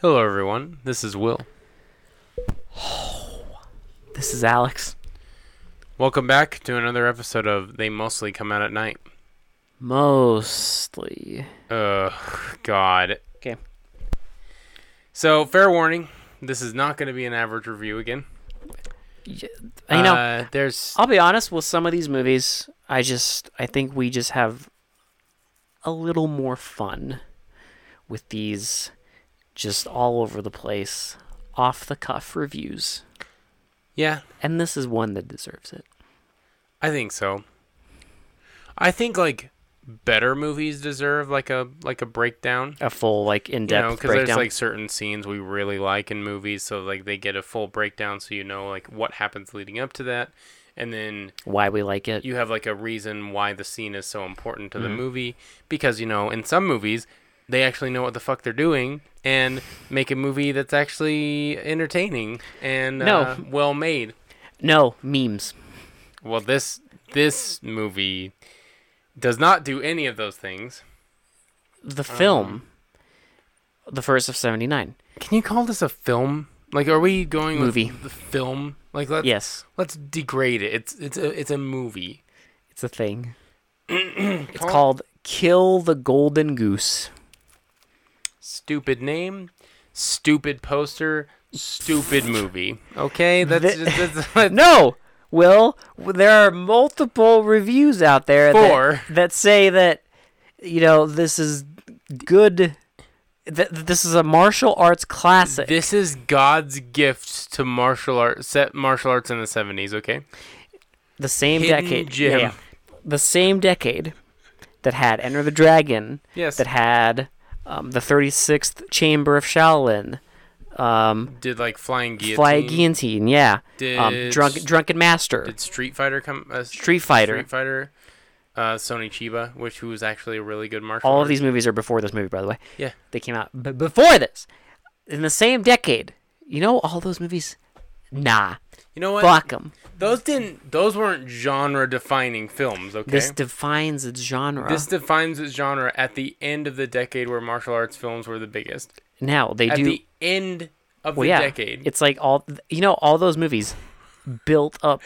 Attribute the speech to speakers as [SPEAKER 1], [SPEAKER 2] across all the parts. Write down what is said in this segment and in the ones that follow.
[SPEAKER 1] Hello, everyone. This is Will.
[SPEAKER 2] This is Alex.
[SPEAKER 1] Welcome back to another episode of They Mostly Come Out at Night.
[SPEAKER 2] Mostly.
[SPEAKER 1] Ugh, God.
[SPEAKER 2] 'Kay.
[SPEAKER 1] So, fair warning, this is not going to be an average review again.
[SPEAKER 2] Y- You know,
[SPEAKER 1] Uh, there's.
[SPEAKER 2] I'll be honest with some of these movies, I just I think we just have a little more fun with these just all over the place off the cuff reviews.
[SPEAKER 1] Yeah,
[SPEAKER 2] And this is one that deserves it.
[SPEAKER 1] I think so. I think, like, better movies deserve, like, a like a breakdown.
[SPEAKER 2] A full like in
[SPEAKER 1] you
[SPEAKER 2] depth
[SPEAKER 1] know, because
[SPEAKER 2] breakdown.
[SPEAKER 1] there's, like, certain scenes we really like in movies, so, like, they get a full breakdown so you know, like, what happens leading up to that. And then
[SPEAKER 2] why we like it.
[SPEAKER 1] you have like a reason why the scene is so important to the movie because you know in some movies they actually know what the fuck they're doing and make a movie that's actually entertaining and
[SPEAKER 2] No.
[SPEAKER 1] uh, well made
[SPEAKER 2] no, memes.
[SPEAKER 1] well this this movie does not do any of those things
[SPEAKER 2] The
[SPEAKER 1] Um,
[SPEAKER 2] film The First of Seventy Nine.
[SPEAKER 1] can you call this a film like are we going
[SPEAKER 2] Movie.
[SPEAKER 1] with the film like let's
[SPEAKER 2] Yes.
[SPEAKER 1] let's degrade it it's it's a it's a movie
[SPEAKER 2] It's a thing. it's called Kill the Golden Goose.
[SPEAKER 1] stupid name, stupid poster, stupid movie. Okay, that's,
[SPEAKER 2] The-
[SPEAKER 1] just, that's, that's
[SPEAKER 2] No, Will, there are multiple reviews out there that-
[SPEAKER 1] Four.
[SPEAKER 2] That, say that, you know, this is good. That that this is a martial arts classic.
[SPEAKER 1] this is God's gift to martial art set martial arts in the seventies. Okay,
[SPEAKER 2] the same
[SPEAKER 1] Hidden
[SPEAKER 2] decade.
[SPEAKER 1] gem.
[SPEAKER 2] The same decade that had Enter the Dragon.
[SPEAKER 1] Yes.
[SPEAKER 2] That had um, the 36th Chamber of Shaolin. Um,
[SPEAKER 1] did like flying guillotine?
[SPEAKER 2] Fly Guillotine, yeah. um,
[SPEAKER 1] Did-
[SPEAKER 2] drunk, Drunken Master.
[SPEAKER 1] Did Street Fighter come? Uh,
[SPEAKER 2] Street Fighter.
[SPEAKER 1] Street Fighter. Uh, Sony Chiba, which who was actually a really good martial.
[SPEAKER 2] All of
[SPEAKER 1] artist.
[SPEAKER 2] these movies are before this movie, by the way.
[SPEAKER 1] Yeah.
[SPEAKER 2] They came out b- before this, in the same decade. You know all those movies? Nah,
[SPEAKER 1] You know what?
[SPEAKER 2] fuck them.
[SPEAKER 1] Those didn't. Those weren't genre defining films. Okay.
[SPEAKER 2] This defines its genre.
[SPEAKER 1] This defines its genre at the end of the decade where martial arts films were the biggest.
[SPEAKER 2] now they
[SPEAKER 1] At
[SPEAKER 2] do.
[SPEAKER 1] the end of
[SPEAKER 2] well,
[SPEAKER 1] the
[SPEAKER 2] yeah,
[SPEAKER 1] decade.
[SPEAKER 2] it's like all you know. All those movies built up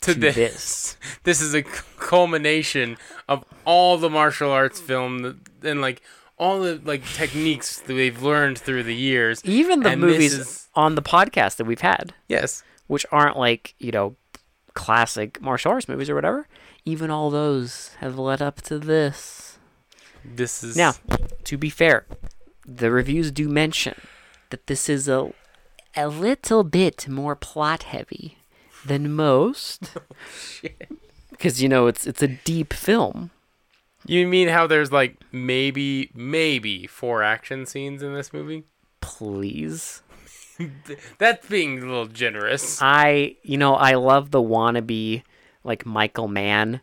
[SPEAKER 1] to
[SPEAKER 2] to
[SPEAKER 1] this.
[SPEAKER 2] this.
[SPEAKER 1] this. is a culmination of all the martial arts film th- and like all the like techniques that they've learned through the years.
[SPEAKER 2] Even the
[SPEAKER 1] And this
[SPEAKER 2] movies
[SPEAKER 1] is-
[SPEAKER 2] on the podcast that we've had,
[SPEAKER 1] yes.
[SPEAKER 2] which aren't like you know classic martial arts movies or whatever. Even all those have led up to this.
[SPEAKER 1] This is
[SPEAKER 2] Now, to be fair, the reviews do mention that this is a a little bit more plot heavy than most. Because you know it's it's a deep film.
[SPEAKER 1] You mean how there's like maybe maybe four action scenes in this movie?
[SPEAKER 2] Please,
[SPEAKER 1] Th- That's being a little
[SPEAKER 2] Uh,
[SPEAKER 1] generous.
[SPEAKER 2] I you know I love the wannabe like Michael Mann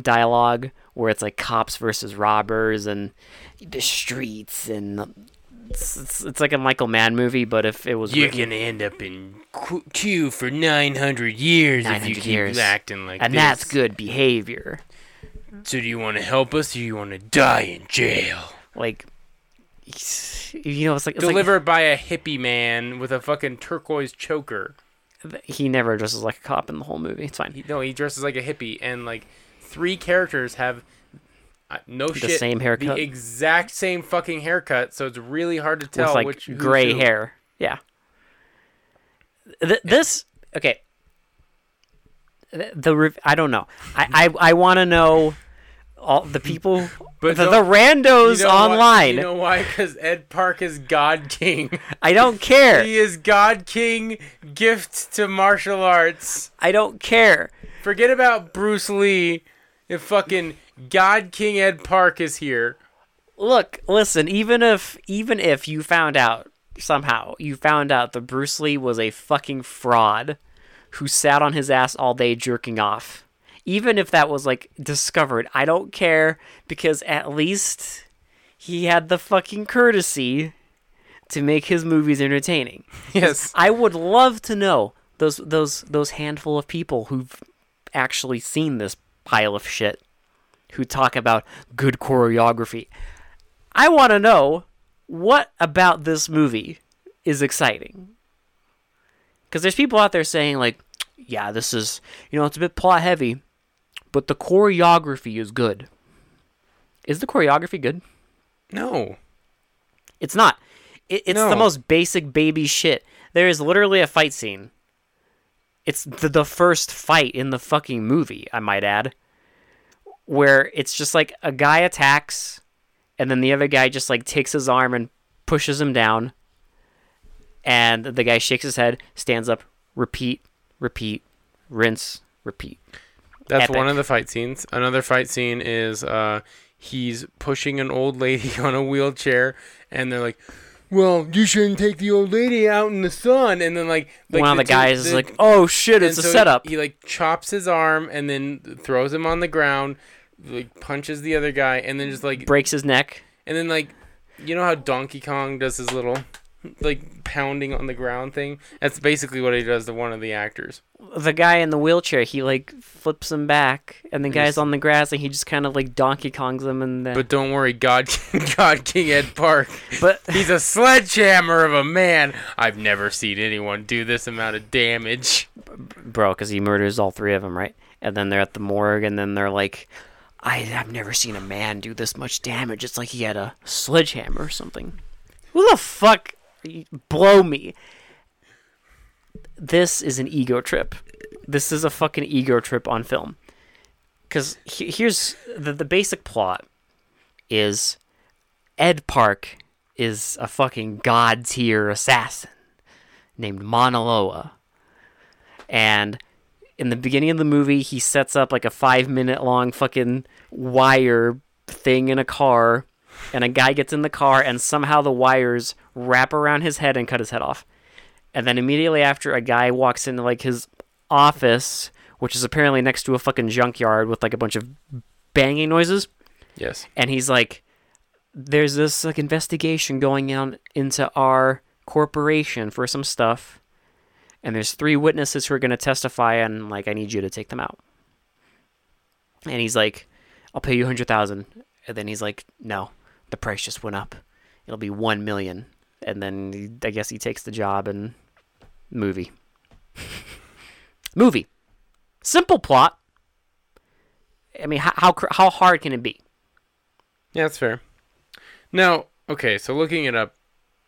[SPEAKER 2] dialogue where it's like cops versus robbers and the streets and it's, it's, it's like a Michael Mann movie, but if it was
[SPEAKER 1] You're
[SPEAKER 2] written-
[SPEAKER 1] gonna end up in qu- queue for 900 years if you
[SPEAKER 2] 900
[SPEAKER 1] keep
[SPEAKER 2] years.
[SPEAKER 1] acting like
[SPEAKER 2] and
[SPEAKER 1] this.
[SPEAKER 2] that's good behavior.
[SPEAKER 1] So do you want to help us, or do you want to die in jail?
[SPEAKER 2] like you know it's like, it's like
[SPEAKER 1] delivered by a hippie man with a fucking turquoise choker.
[SPEAKER 2] he never dresses like a cop in the whole movie it's fine
[SPEAKER 1] He, no, he dresses like a hippie, and like three characters have uh, no shit
[SPEAKER 2] same haircut?
[SPEAKER 1] the exact same fucking haircut. So it's really hard to tell
[SPEAKER 2] with like
[SPEAKER 1] which who's
[SPEAKER 2] gray
[SPEAKER 1] who.
[SPEAKER 2] hair yeah Th- this okay Th- the rev- i don't know i i, I want to know all the people
[SPEAKER 1] But
[SPEAKER 2] the,
[SPEAKER 1] no-
[SPEAKER 2] the randos
[SPEAKER 1] You know why-
[SPEAKER 2] online
[SPEAKER 1] you know why? Because Ed Park is God King.
[SPEAKER 2] i don't care
[SPEAKER 1] he is God King gift to martial arts.
[SPEAKER 2] i don't care
[SPEAKER 1] Forget about Bruce Lee. If fucking God King Ed Park is here.
[SPEAKER 2] look, listen, even if even if you found out somehow, you found out that Bruce Lee was a fucking fraud who sat on his ass all day jerking off. Even if that was like discovered, I don't care because at least he had the fucking courtesy to make his movies entertaining.
[SPEAKER 1] Yes.
[SPEAKER 2] I would love to know those those those handful of people who've actually seen this pile of shit who talk about good choreography. I want to know what about this movie is exciting? Because there's people out there saying, like, yeah, this is, you know, it's a bit plot heavy, but the choreography is good. Is the choreography good?
[SPEAKER 1] No.
[SPEAKER 2] It's not. It, it's
[SPEAKER 1] No.
[SPEAKER 2] the most basic baby shit. There is literally a fight scene. It's the, the first fight in the fucking movie, I might add, where it's just like a guy attacks, and then the other guy just like takes his arm and pushes him down, and the guy shakes his head, stands up, repeat, repeat, rinse, repeat.
[SPEAKER 1] That's
[SPEAKER 2] Epic.
[SPEAKER 1] one of the fight scenes. Another fight scene is uh, he's pushing an old lady on a wheelchair, and they're like, "Well, you shouldn't take the old lady out in the sun." And then like, like
[SPEAKER 2] One of the,
[SPEAKER 1] two-
[SPEAKER 2] guys is
[SPEAKER 1] the-
[SPEAKER 2] like, "Oh shit, it's
[SPEAKER 1] and so
[SPEAKER 2] a
[SPEAKER 1] he-
[SPEAKER 2] setup."
[SPEAKER 1] He, like chops his arm and then throws him on the ground, like punches the other guy, and then just like,
[SPEAKER 2] breaks his neck.
[SPEAKER 1] and then like, you know how Donkey Kong does his little like pounding on the ground thing? That's basically what he does to one of the actors.
[SPEAKER 2] the guy in the wheelchair, he like flips him back, and the guy's on the grass, and he just kind of like Donkey Kongs him, and then
[SPEAKER 1] But don't worry, God, God King Ed Park.
[SPEAKER 2] but
[SPEAKER 1] He's a sledgehammer of a man. I've never seen anyone do this amount of damage.
[SPEAKER 2] bro, because he murders all three of them, right? And then they're at the morgue, and then they're like, I have never seen a man do this much damage. It's like he had a sledgehammer or something. Who the fuck blow me? This is an ego trip. This is a fucking ego trip on film. Because he- here's the, the basic plot is Ed Park is a fucking god tier assassin named Mauna Loa and in the beginning of the movie he sets up like a five minute long fucking wire thing in a car and a guy gets in the car and somehow the wires wrap around his head and cut his head off and then immediately after a guy walks into like his office which is apparently next to a fucking junkyard with like a bunch of banging noises
[SPEAKER 1] Yes.
[SPEAKER 2] and he's like there's this like investigation going on into our corporation for some stuff and there's three witnesses who are going to testify and like i need you to take them out and he's like i'll pay you 100000 and then he's like no the price just went up it'll be 1 million and then he, i guess he takes the job and movie movie simple plot i mean how, how cr- how hard can it be
[SPEAKER 1] Yeah, that's fair. Now, okay, so looking it up,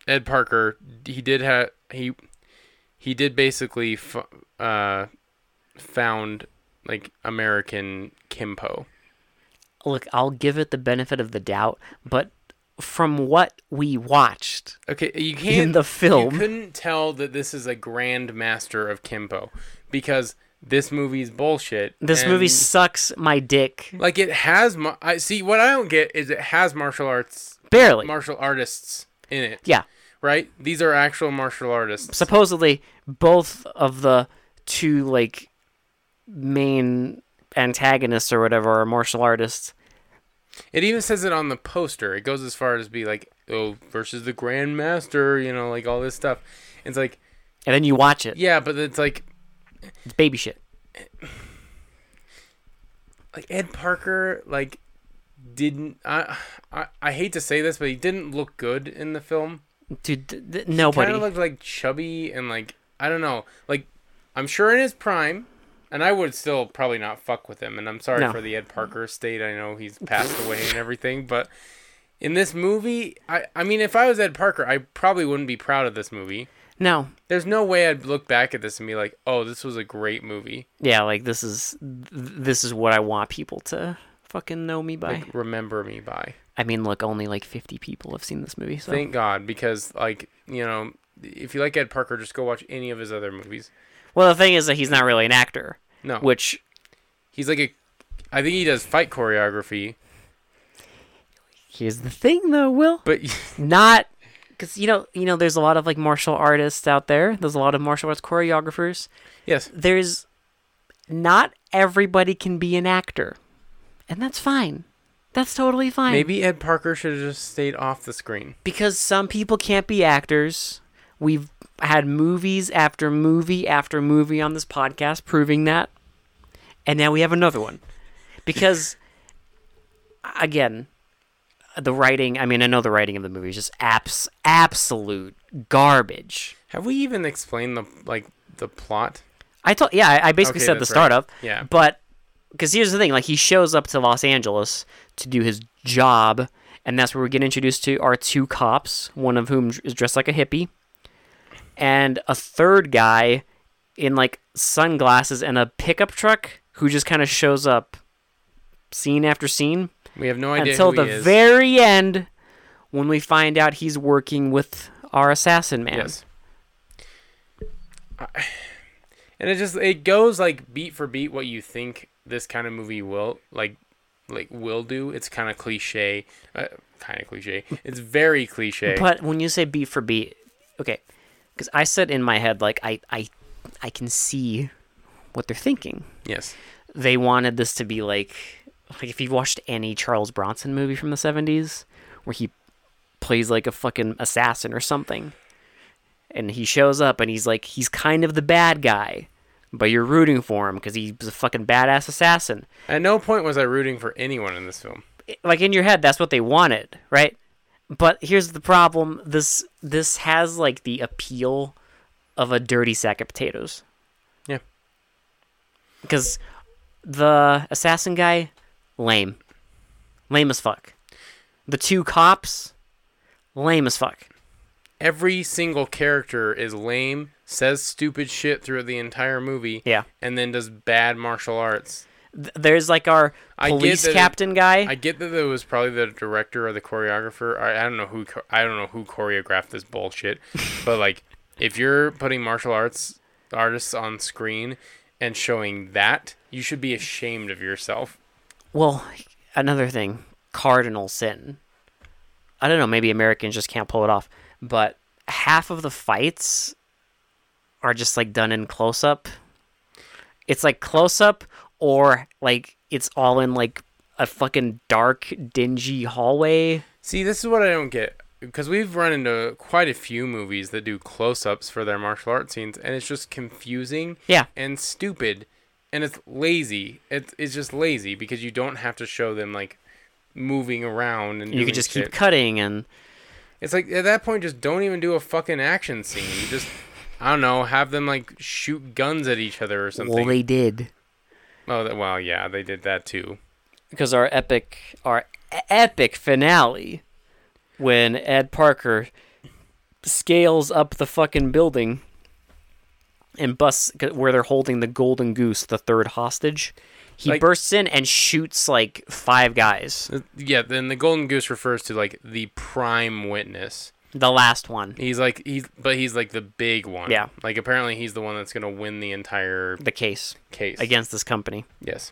[SPEAKER 1] Ed Parker, he did have he he did basically f- uh found like American Kimpo.
[SPEAKER 2] look, I'll give it the benefit of the doubt, but from what we watched,
[SPEAKER 1] Okay, you can't
[SPEAKER 2] the film.
[SPEAKER 1] You couldn't tell that this is a grand master of Kimpo because this movie's bullshit.
[SPEAKER 2] this
[SPEAKER 1] and-
[SPEAKER 2] movie sucks my dick
[SPEAKER 1] like it has. ma- I see. What I don't get is it has martial arts
[SPEAKER 2] barely.
[SPEAKER 1] martial artists in it.
[SPEAKER 2] yeah,
[SPEAKER 1] Right? These are actual martial artists.
[SPEAKER 2] supposedly both of the two like main antagonists or whatever are martial artists.
[SPEAKER 1] It even says it on the poster. It goes as far as be like, oh, versus the Grand Master, you know, like all this stuff. It's like,
[SPEAKER 2] And then you watch it.
[SPEAKER 1] yeah, but it's like,
[SPEAKER 2] It's baby shit.
[SPEAKER 1] like Ed Parker, like, didn't I, I? I hate to say this, but he didn't look good in the film.
[SPEAKER 2] Dude, th- th-
[SPEAKER 1] Kind
[SPEAKER 2] nobody.
[SPEAKER 1] of looked like chubby and like I don't know. Like I'm sure in his prime, and I would still probably not fuck with him. And I'm sorry
[SPEAKER 2] No.
[SPEAKER 1] for the Ed Parker state. I know he's passed away and everything, but in this movie, I I mean, if I was Ed Parker, I probably wouldn't be proud of this movie.
[SPEAKER 2] no.
[SPEAKER 1] There's no way I'd look back at this and be like, "Oh, this was a great movie."
[SPEAKER 2] Yeah, like this is th- this is what I want people to fucking know me by.
[SPEAKER 1] Like, remember me by.
[SPEAKER 2] I mean, look, only like 50 people have seen this movie, so
[SPEAKER 1] Thank God, because like you know, if you like Ed Parker, just go watch any of his other movies.
[SPEAKER 2] Well, the thing is that he's not really an actor,
[SPEAKER 1] No,
[SPEAKER 2] which
[SPEAKER 1] he's like a. I think he does fight choreography,
[SPEAKER 2] here's the thing though, Will.
[SPEAKER 1] but
[SPEAKER 2] Not cuz you know, you know there's a lot of like martial artists out there. There's a lot of martial arts choreographers.
[SPEAKER 1] yes,
[SPEAKER 2] There's not everybody can be an actor. And that's fine. That's totally fine.
[SPEAKER 1] Maybe Ed Parker should have just stayed off the screen.
[SPEAKER 2] because some people can't be actors. We've had movies after movie after movie on this podcast proving that. And now we have another one. Because again, the writing. I mean, I know the writing of the movie is just abs- absolute garbage.
[SPEAKER 1] Have we even explained the like the plot?
[SPEAKER 2] I told yeah, I, I basically
[SPEAKER 1] Okay,
[SPEAKER 2] said the
[SPEAKER 1] that's right.
[SPEAKER 2] startup.
[SPEAKER 1] Yeah.
[SPEAKER 2] But because here's the thing, like he shows up to Los Angeles to do his job, and that's where we get introduced to our two cops, one of whom is dressed like a hippie, and a third guy in like sunglasses and a pickup truck who just kind of shows up scene after scene
[SPEAKER 1] We have no idea
[SPEAKER 2] until
[SPEAKER 1] who
[SPEAKER 2] the
[SPEAKER 1] he is.
[SPEAKER 2] very end when we find out he's working with our assassin man.
[SPEAKER 1] Yes. I- And it just it goes like beat for beat what you think this kind of movie will like like will do. It's kind of cliche, uh, kind of cliche. It's very cliche.
[SPEAKER 2] But when you say beat for beat, okay, because I said in my head like I I I can see what they're thinking.
[SPEAKER 1] yes.
[SPEAKER 2] They wanted this to be like like if you've watched any Charles Bronson movie from the seventies where he plays like a fucking assassin or something, and he shows up and he's like he's kind of the bad guy. But you're rooting for him because he's a fucking badass assassin.
[SPEAKER 1] At no point was I rooting for anyone in this film.
[SPEAKER 2] like in your head that's what they wanted right but here's the problem this this has like the appeal of a dirty sack of potatoes
[SPEAKER 1] Yeah.
[SPEAKER 2] because the assassin guy lame lame as fuck the two cops lame as fuck
[SPEAKER 1] Every single character is lame, says stupid shit throughout the entire movie,
[SPEAKER 2] yeah
[SPEAKER 1] and then does bad martial arts.
[SPEAKER 2] Th- there's like our
[SPEAKER 1] I get
[SPEAKER 2] police
[SPEAKER 1] that it-
[SPEAKER 2] captain guy
[SPEAKER 1] I get that it was probably the director or the choreographer. I, I don't know who cho- I don't know who choreographed this bullshit, but like if you're putting martial arts artists on screen and showing that, you should be ashamed of yourself.
[SPEAKER 2] Well, another thing, cardinal sin. I don't know, maybe Americans just can't pull it off, but half of the fights are just like done in close up. It's like close up or like it's all in like a fucking dark, dingy hallway.
[SPEAKER 1] See, this is what I don't get because we've run into quite a few movies that do close-ups for their martial arts scenes, and it's just confusing
[SPEAKER 2] Yeah.
[SPEAKER 1] and stupid, and it's lazy. It's it's just lazy because you don't have to show them like moving around and
[SPEAKER 2] You
[SPEAKER 1] doing
[SPEAKER 2] could just
[SPEAKER 1] shit.
[SPEAKER 2] keep cutting and
[SPEAKER 1] It's like at that point, just don't even do a fucking action scene. Just I don't know, have them like shoot guns at each other or something.
[SPEAKER 2] well they did.
[SPEAKER 1] oh, that, well, yeah, they did that too.
[SPEAKER 2] because our epic our e- epic finale when Ed Parker scales up the fucking building and busts c- where they're holding the golden goose the third hostage he
[SPEAKER 1] Like-
[SPEAKER 2] bursts in and shoots like five guys
[SPEAKER 1] Uh, Yeah, then the golden goose refers to like the prime witness.
[SPEAKER 2] the last one
[SPEAKER 1] He's like he's, but he's like the big one.
[SPEAKER 2] Yeah.
[SPEAKER 1] Like apparently he's the one that's gonna win the entire
[SPEAKER 2] the case
[SPEAKER 1] case.
[SPEAKER 2] against this company
[SPEAKER 1] Yes.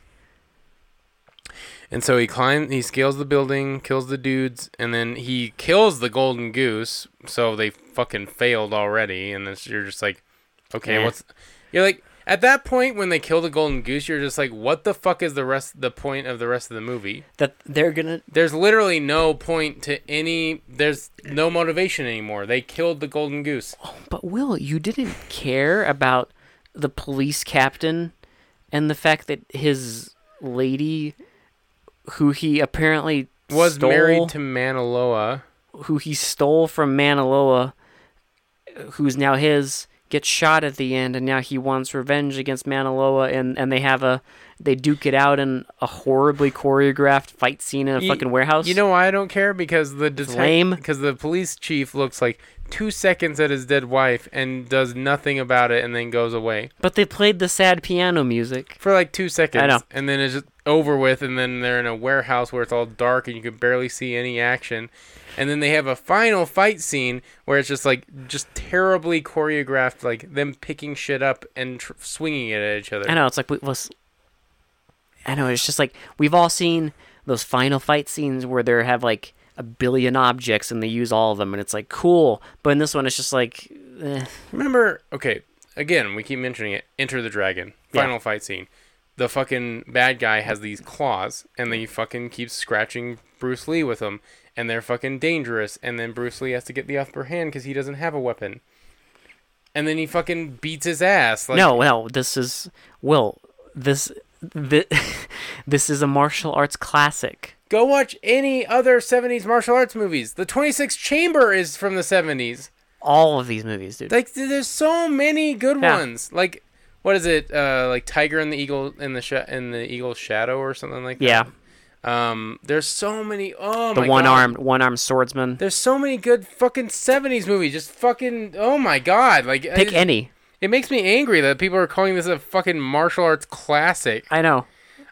[SPEAKER 1] And so he climbs, he scales the building, kills the dudes, and then he kills the golden goose. So they fucking failed already, and then you're just like, okay,
[SPEAKER 2] Yeah.
[SPEAKER 1] what's? You're like at that point when they kill the golden goose, you're just like, what the fuck is the rest? The point of the rest of the movie?
[SPEAKER 2] that they're gonna
[SPEAKER 1] There's literally no point to any. There's no motivation anymore. They killed the golden goose.
[SPEAKER 2] but will you didn't care about the police captain and the fact that his lady who he apparently
[SPEAKER 1] Was
[SPEAKER 2] stole,
[SPEAKER 1] married to Manoloa.
[SPEAKER 2] who he stole from Manaloa, who's now his, gets shot at the end, and now he wants revenge against Manaloa, and and they have a they duke it out in a horribly choreographed fight scene in a
[SPEAKER 1] Ye-
[SPEAKER 2] fucking warehouse.
[SPEAKER 1] You know why I don't care? Because the detective,
[SPEAKER 2] lame.
[SPEAKER 1] because the police chief looks like two seconds at his dead wife and does nothing about it, and then goes away
[SPEAKER 2] but they played the sad piano music.
[SPEAKER 1] for like two seconds.
[SPEAKER 2] know.
[SPEAKER 1] And then it's just over with, and then they're in a warehouse where it's all dark and you can barely see any action. And then they have a final fight scene where it's just like just terribly choreographed, like them picking shit up and tr- swinging it at each other.
[SPEAKER 2] I know it's like we was. I know it's just like we've all seen those final fight scenes where there have like a billion objects and they use all of them, and it's like cool. But in this one, it's just like eh,
[SPEAKER 1] Remember, okay, again, we keep mentioning it. Enter the Dragon,
[SPEAKER 2] Yeah.
[SPEAKER 1] final fight scene. The fucking bad guy has these claws, and they fucking keeps scratching Bruce Lee with them, and they're fucking dangerous. And then Bruce Lee has to get the upper hand because he doesn't have a weapon. And then he fucking beats his ass. Like,
[SPEAKER 2] no, no, this is Will. This, this, this is a martial arts classic.
[SPEAKER 1] Go watch any other 70s martial arts movies. The 26 Chamber is from the 70s.
[SPEAKER 2] All of these movies, dude.
[SPEAKER 1] Like th- there's so many good
[SPEAKER 2] Yeah.
[SPEAKER 1] ones. Like what is it? Uh, like Tiger and the Eagle in the sha- in the Eagle's Shadow or something like that.
[SPEAKER 2] yeah,
[SPEAKER 1] Um, there's so many. Oh
[SPEAKER 2] the
[SPEAKER 1] my
[SPEAKER 2] one
[SPEAKER 1] God.
[SPEAKER 2] armed one armed swordsman.
[SPEAKER 1] There's so many good fucking 70s movies. Just fucking. Oh my God. Like I
[SPEAKER 2] Pick
[SPEAKER 1] just-
[SPEAKER 2] any.
[SPEAKER 1] It makes me angry that people are calling this a fucking martial arts classic.
[SPEAKER 2] I know.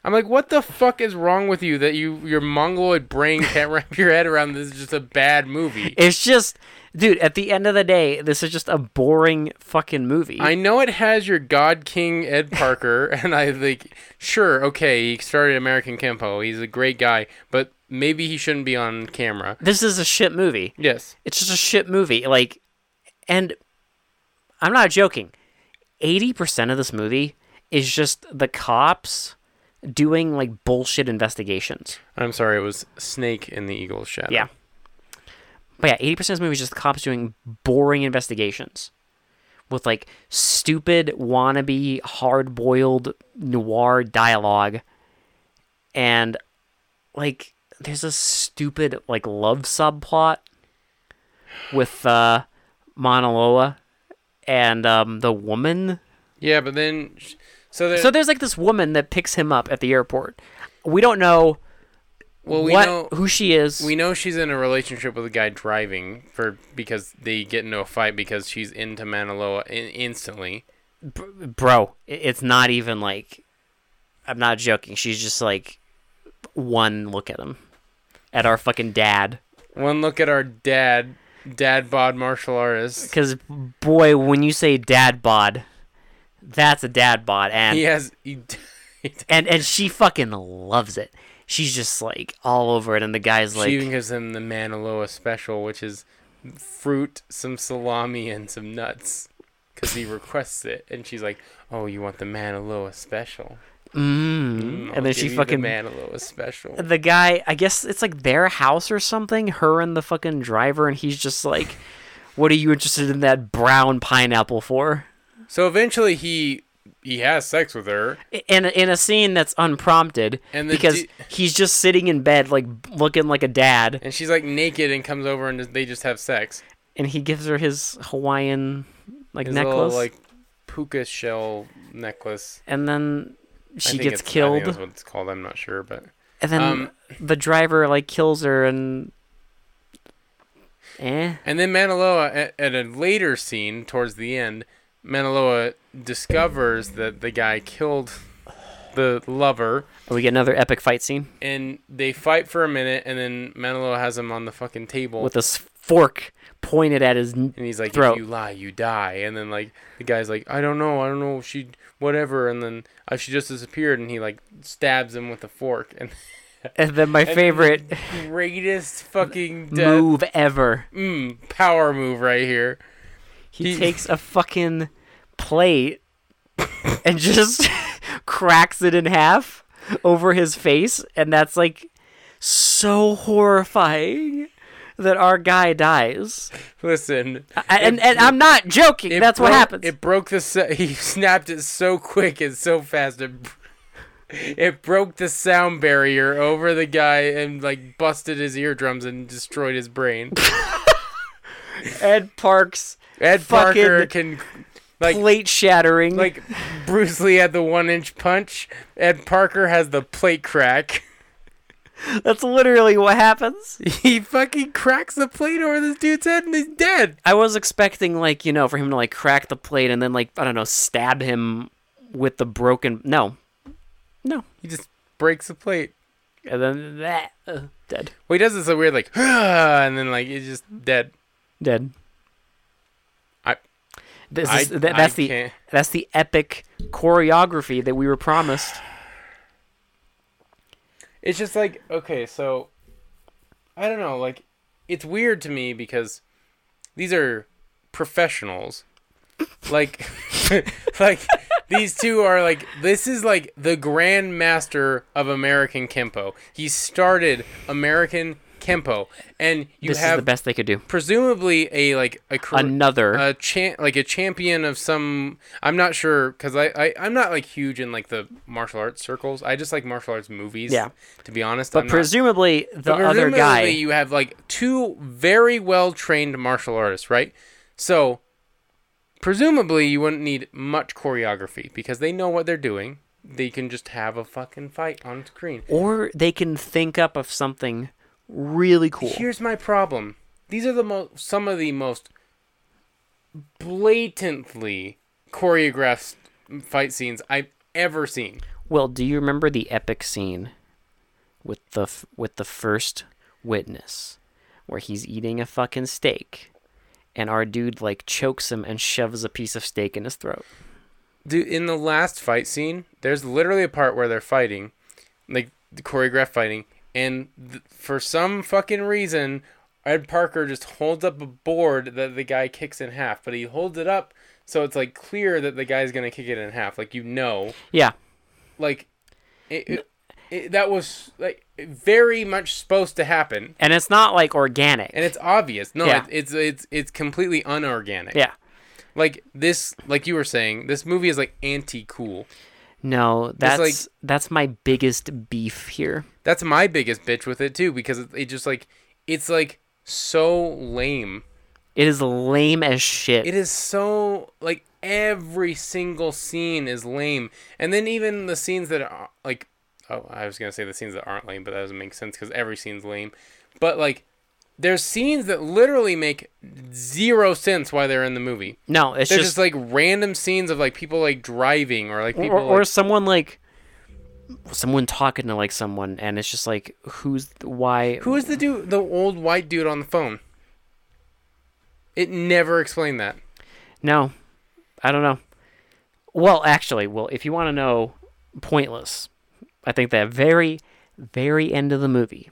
[SPEAKER 1] I'm like, what the fuck is wrong with you that you your mongoloid brain can't wrap your head around this is just a bad movie?
[SPEAKER 2] It's just, dude. At the end of the day, this is just a boring fucking movie.
[SPEAKER 1] I know it has your God King Ed Parker, and I like, sure, okay, he started American Kempo, he's a great guy, but maybe he shouldn't be on camera.
[SPEAKER 2] this is a shit movie.
[SPEAKER 1] Yes,
[SPEAKER 2] It's just a shit movie. Like, and I'm not joking. 80% of this movie is just the cops doing like bullshit investigations.
[SPEAKER 1] I'm sorry, it was Snake in the Eagle's Shadow.
[SPEAKER 2] Yeah. But yeah, 80% of this movie is just the cops doing boring investigations with like stupid, wannabe, hard boiled noir dialogue. And like, there's a stupid, like, love subplot with uh, Mauna Loa and um, the woman.
[SPEAKER 1] yeah, but then, so there,
[SPEAKER 2] So there's like this woman that picks him up at the airport. We don't know
[SPEAKER 1] well, we
[SPEAKER 2] what
[SPEAKER 1] know
[SPEAKER 2] who she is.
[SPEAKER 1] we know she's in a relationship with a guy driving for because they get into a fight because she's into Manaloa in, instantly.
[SPEAKER 2] bro i- it's not even like i'm not joking she's just like one look at him at our fucking dad
[SPEAKER 1] One look at our dad, dad bod martial artist.
[SPEAKER 2] because boy when you say dad bod that's a dad bod and
[SPEAKER 1] He has. He, he-
[SPEAKER 2] and and she fucking loves it she's just like all over it and the guy's like mm.
[SPEAKER 1] she even gives him the Manaloa special, which is fruit, some salami, and some nuts, because he requests it, and she's like, "Oh, you want the Manaloa special?"
[SPEAKER 2] mm.
[SPEAKER 1] Mm, I'll
[SPEAKER 2] and then
[SPEAKER 1] give
[SPEAKER 2] she
[SPEAKER 1] you
[SPEAKER 2] fucking
[SPEAKER 1] the Manaloa special.
[SPEAKER 2] the guy i guess it's like their house or something her and the fucking driver and he's just like what are you interested in that brown pineapple for
[SPEAKER 1] So eventually, he he has sex with her.
[SPEAKER 2] in a, in a scene that's unprompted
[SPEAKER 1] And the
[SPEAKER 2] because
[SPEAKER 1] d-
[SPEAKER 2] he's just sitting in bed like looking like a dad
[SPEAKER 1] And she's like naked and comes over and they just have sex.
[SPEAKER 2] and he gives her his hawaiian like
[SPEAKER 1] His
[SPEAKER 2] necklace
[SPEAKER 1] little like puka shell necklace.
[SPEAKER 2] and then
[SPEAKER 1] I
[SPEAKER 2] she
[SPEAKER 1] think it's-
[SPEAKER 2] gets
[SPEAKER 1] I think
[SPEAKER 2] killed
[SPEAKER 1] that's what it's called. I'm not sure, but
[SPEAKER 2] and then
[SPEAKER 1] um,
[SPEAKER 2] the driver like kills her and eh
[SPEAKER 1] and then Manaloa at, at a later scene towards the end, Manaloa discovers that the guy killed the lover,
[SPEAKER 2] we get another epic fight scene
[SPEAKER 1] and they fight for a minute, and then Manaloa has him on the fucking table,
[SPEAKER 2] with this fork pointed at his n-
[SPEAKER 1] and he's like,
[SPEAKER 2] throat.
[SPEAKER 1] "If you lie, you die." And then like the guy's like, "I don't know, I don't know, she whatever," and then uh, she just disappeared, and he like stabs him with a fork, and
[SPEAKER 2] and then my
[SPEAKER 1] And
[SPEAKER 2] favorite
[SPEAKER 1] the greatest fucking death,
[SPEAKER 2] move ever
[SPEAKER 1] mm, power move right here.
[SPEAKER 2] he,
[SPEAKER 1] He-
[SPEAKER 2] takes a fucking plate and just cracks it in half over his face and that's like so horrifying that our guy dies
[SPEAKER 1] Listen,
[SPEAKER 2] I- and, and i'm not joking
[SPEAKER 1] it
[SPEAKER 2] that's what
[SPEAKER 1] broke-
[SPEAKER 2] happens
[SPEAKER 1] It broke the sa- he snapped it so quick and so fast. It, br- it broke the sound barrier over the guy and like busted his eardrums and destroyed his brain.
[SPEAKER 2] ed parks
[SPEAKER 1] Ed
[SPEAKER 2] Fucking
[SPEAKER 1] Parker can like
[SPEAKER 2] plate shattering
[SPEAKER 1] like Bruce Lee had the one inch punch. Ed Parker has the plate crack.
[SPEAKER 2] that's literally what happens
[SPEAKER 1] He fucking cracks the plate over this dude's head and he's dead.
[SPEAKER 2] i was expecting like you know for him to like crack the plate and then like i don't know stab him with the broken no no
[SPEAKER 1] He just breaks the plate.
[SPEAKER 2] and then that uh, dead
[SPEAKER 1] Well, he does this so weird, like, and then like it's just dead.
[SPEAKER 2] Dead.
[SPEAKER 1] I-
[SPEAKER 2] This
[SPEAKER 1] I-
[SPEAKER 2] is, tha- that's
[SPEAKER 1] I
[SPEAKER 2] the
[SPEAKER 1] can't-
[SPEAKER 2] that's the epic choreography that we were promised.
[SPEAKER 1] It's just like okay, so I don't know, like it's weird to me because these are professionals. Like like these two are like this is like the grandmaster of American Kempo. He started American Kempo, and you
[SPEAKER 2] this is
[SPEAKER 1] have
[SPEAKER 2] the best they could do.
[SPEAKER 1] presumably a like a cr-
[SPEAKER 2] Another.
[SPEAKER 1] a champ like a champion of some i'm not sure because I, I i'm not like huge in like the martial arts circles i just like martial arts movies
[SPEAKER 2] Yeah.
[SPEAKER 1] to be honest
[SPEAKER 2] but
[SPEAKER 1] I'm not-
[SPEAKER 2] presumably the
[SPEAKER 1] but
[SPEAKER 2] other
[SPEAKER 1] presumably
[SPEAKER 2] guy.
[SPEAKER 1] you have like two very well trained martial artists right so presumably you wouldn't need much choreography because they know what they're doing they can just have a fucking fight on screen
[SPEAKER 2] or they can think up of something really cool.
[SPEAKER 1] Here's my problem. These are the most some of the most blatantly choreographed fight scenes I've ever seen.
[SPEAKER 2] Well, do you remember the epic scene with the f- with the first witness where he's eating a fucking steak and our dude like chokes him and shoves a piece of steak in his throat.
[SPEAKER 1] Dude, in the last fight scene, there's literally a part where they're fighting, like the choreographed fighting, and th- for some fucking reason, Ed Parker just holds up a board that the guy kicks in half, but he holds it up so it's like clear that the guy's gonna kick it in half, like you know.
[SPEAKER 2] Yeah.
[SPEAKER 1] like it, it, it, that was like very much supposed to happen
[SPEAKER 2] And it's not like organic.
[SPEAKER 1] and it's obvious no
[SPEAKER 2] Yeah.
[SPEAKER 1] it, it's it's it's completely unorganic
[SPEAKER 2] yeah.
[SPEAKER 1] like this like you were saying this movie is like anti-cool
[SPEAKER 2] No, that's
[SPEAKER 1] like-
[SPEAKER 2] that's my biggest beef here.
[SPEAKER 1] that's my biggest bitch with it too because it, it just like it's like so lame
[SPEAKER 2] It is lame as shit.
[SPEAKER 1] it is so like every single scene is lame and then even the scenes that are like oh i was gonna say the scenes that aren't lame but that doesn't make sense because every scene's lame but like there's scenes that literally make zero sense why they're in the movie
[SPEAKER 2] no, it's
[SPEAKER 1] they're
[SPEAKER 2] just,
[SPEAKER 1] just, like random scenes of like people like driving or like people
[SPEAKER 2] or, or
[SPEAKER 1] like,
[SPEAKER 2] someone like someone talking to like someone and it's just like who's why
[SPEAKER 1] who is the dude the old white dude on the phone it never explained that
[SPEAKER 2] No, I don't know. Well, actually, well, if you want to know, pointless. I think that very, very end of the movie,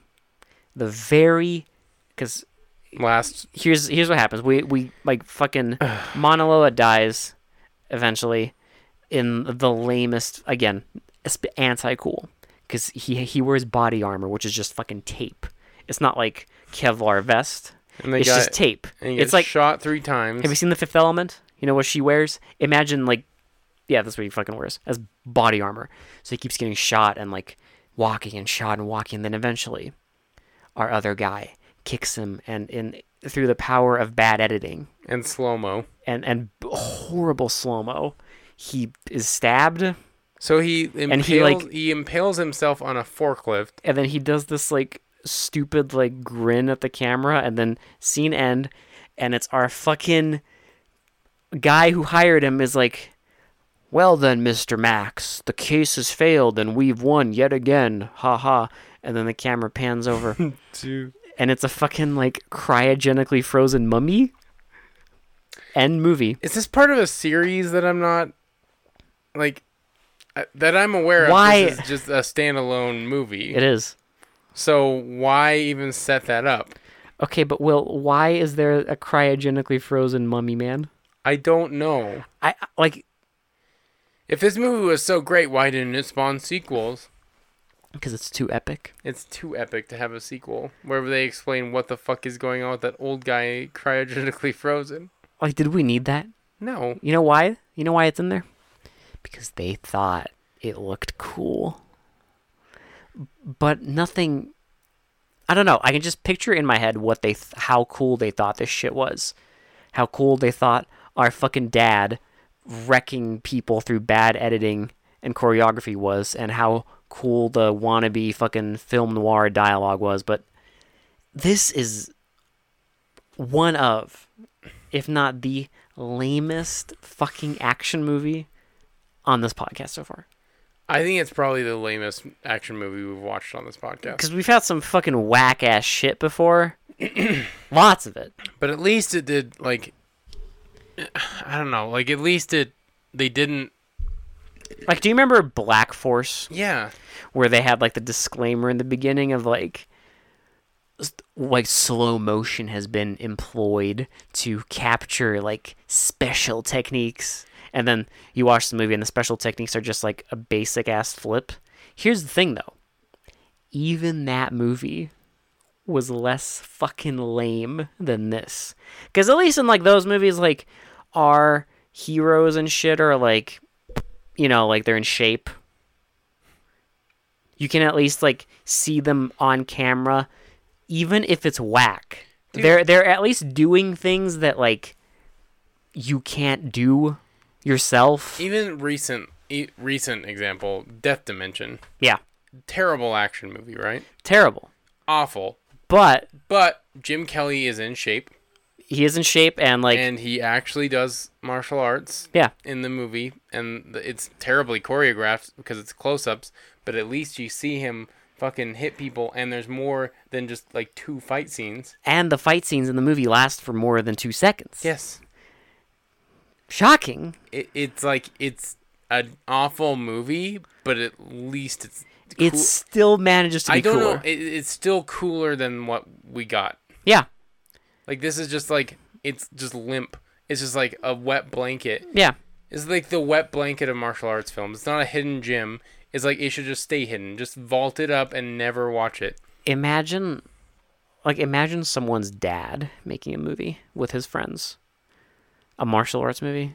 [SPEAKER 2] the very, because
[SPEAKER 1] last
[SPEAKER 2] here's here's what happens. We we like fucking Monoloa dies, eventually, in the lamest again, anti cool, because he he wears body armor, which is just fucking tape. It's not like Kevlar vest.
[SPEAKER 1] and they
[SPEAKER 2] It's
[SPEAKER 1] got
[SPEAKER 2] just tape.
[SPEAKER 1] and he gets
[SPEAKER 2] It's like
[SPEAKER 1] shot three times
[SPEAKER 2] have you seen The Fifth Element? You know what she wears? Imagine like, yeah, that's what he fucking wears as body armor. So he keeps getting shot and like walking and shot and walking. And then eventually, our other guy kicks him and in through the power of bad editing
[SPEAKER 1] and slow-mo
[SPEAKER 2] and and horrible slow mo, he is stabbed
[SPEAKER 1] So he impales,
[SPEAKER 2] he,
[SPEAKER 1] he,
[SPEAKER 2] like-
[SPEAKER 1] impales himself on a forklift.
[SPEAKER 2] and then he does this like stupid like grin at the camera and then scene end and it's our fucking guy who hired him is like well then mr max the case has failed and we've won yet again ha ha and then the camera pans over and it's a fucking like cryogenically frozen mummy end movie
[SPEAKER 1] Is this part of a series that I'm not like I- that I'm aware
[SPEAKER 2] Why-
[SPEAKER 1] of? This is just a standalone movie.
[SPEAKER 2] it is
[SPEAKER 1] So why even set that up?
[SPEAKER 2] okay but will why is there a cryogenically frozen mummy man
[SPEAKER 1] I don't know.
[SPEAKER 2] i I- like
[SPEAKER 1] If this movie was so great, why didn't it spawn sequels?
[SPEAKER 2] because it's too epic
[SPEAKER 1] It's too epic to have a sequel where they explain what the fuck is going on with that old guy cryogenically frozen.
[SPEAKER 2] like did we need that
[SPEAKER 1] No.
[SPEAKER 2] You know why? You know why it's in there? Because they thought it looked cool. But nothing I don't know. I can just picture in my head what they th- how cool they thought this shit was. How cool they thought our fucking dad wrecking people through bad editing and choreography was and how cool the wannabe fucking film noir dialogue was, but this is one of if not the lamest fucking action movie on this podcast so far.
[SPEAKER 1] I think it's probably the lamest action movie we've watched on this podcast.
[SPEAKER 2] Because we've had some fucking whack ass shit before. Lots of it.
[SPEAKER 1] But at least it did like I don't know, like at least it they didn't
[SPEAKER 2] Like, do you remember Black Force,
[SPEAKER 1] yeah.
[SPEAKER 2] where they had like the disclaimer in the beginning of like, s- like slow motion has been employed to capture like special techniques, and then you watch the movie and the special techniques are just like a basic ass flip. Here's the thing though, even that movie was less fucking lame than this. Because at least in like those movies, like our heroes and shit are like, you know, like they're in shape. You can at least like see them on camera, even if it's whack.
[SPEAKER 1] Dude.
[SPEAKER 2] They're they're at least doing things that like you can't do yourself.
[SPEAKER 1] Even recent e- recent example, Death Dimension.
[SPEAKER 2] Yeah,
[SPEAKER 1] Terrible action movie, right?
[SPEAKER 2] terrible.
[SPEAKER 1] Awful.
[SPEAKER 2] But
[SPEAKER 1] But Jim Kelly is in shape
[SPEAKER 2] he is in shape and like
[SPEAKER 1] and he actually does martial arts
[SPEAKER 2] yeah,
[SPEAKER 1] in the movie and th- it's terribly choreographed because it's close-ups, but at least you see him fucking hit people and there's more than just like two fight scenes.
[SPEAKER 2] and the fight scenes in the movie last for more than two seconds.
[SPEAKER 1] Yes.
[SPEAKER 2] shocking.
[SPEAKER 1] It, it's like it's an awful movie, but at least it's
[SPEAKER 2] It still manages to be
[SPEAKER 1] I don't
[SPEAKER 2] cooler.
[SPEAKER 1] know. It, it's still cooler than what we got.
[SPEAKER 2] yeah,
[SPEAKER 1] Like this is just like it's just limp. It's just like a wet blanket.
[SPEAKER 2] yeah,
[SPEAKER 1] It's like the wet blanket of martial arts films. It's not a hidden gem. It's like it should just stay hidden. Just vault it up and never watch it.
[SPEAKER 2] imagine like imagine someone's dad making a movie with his friends a martial arts movie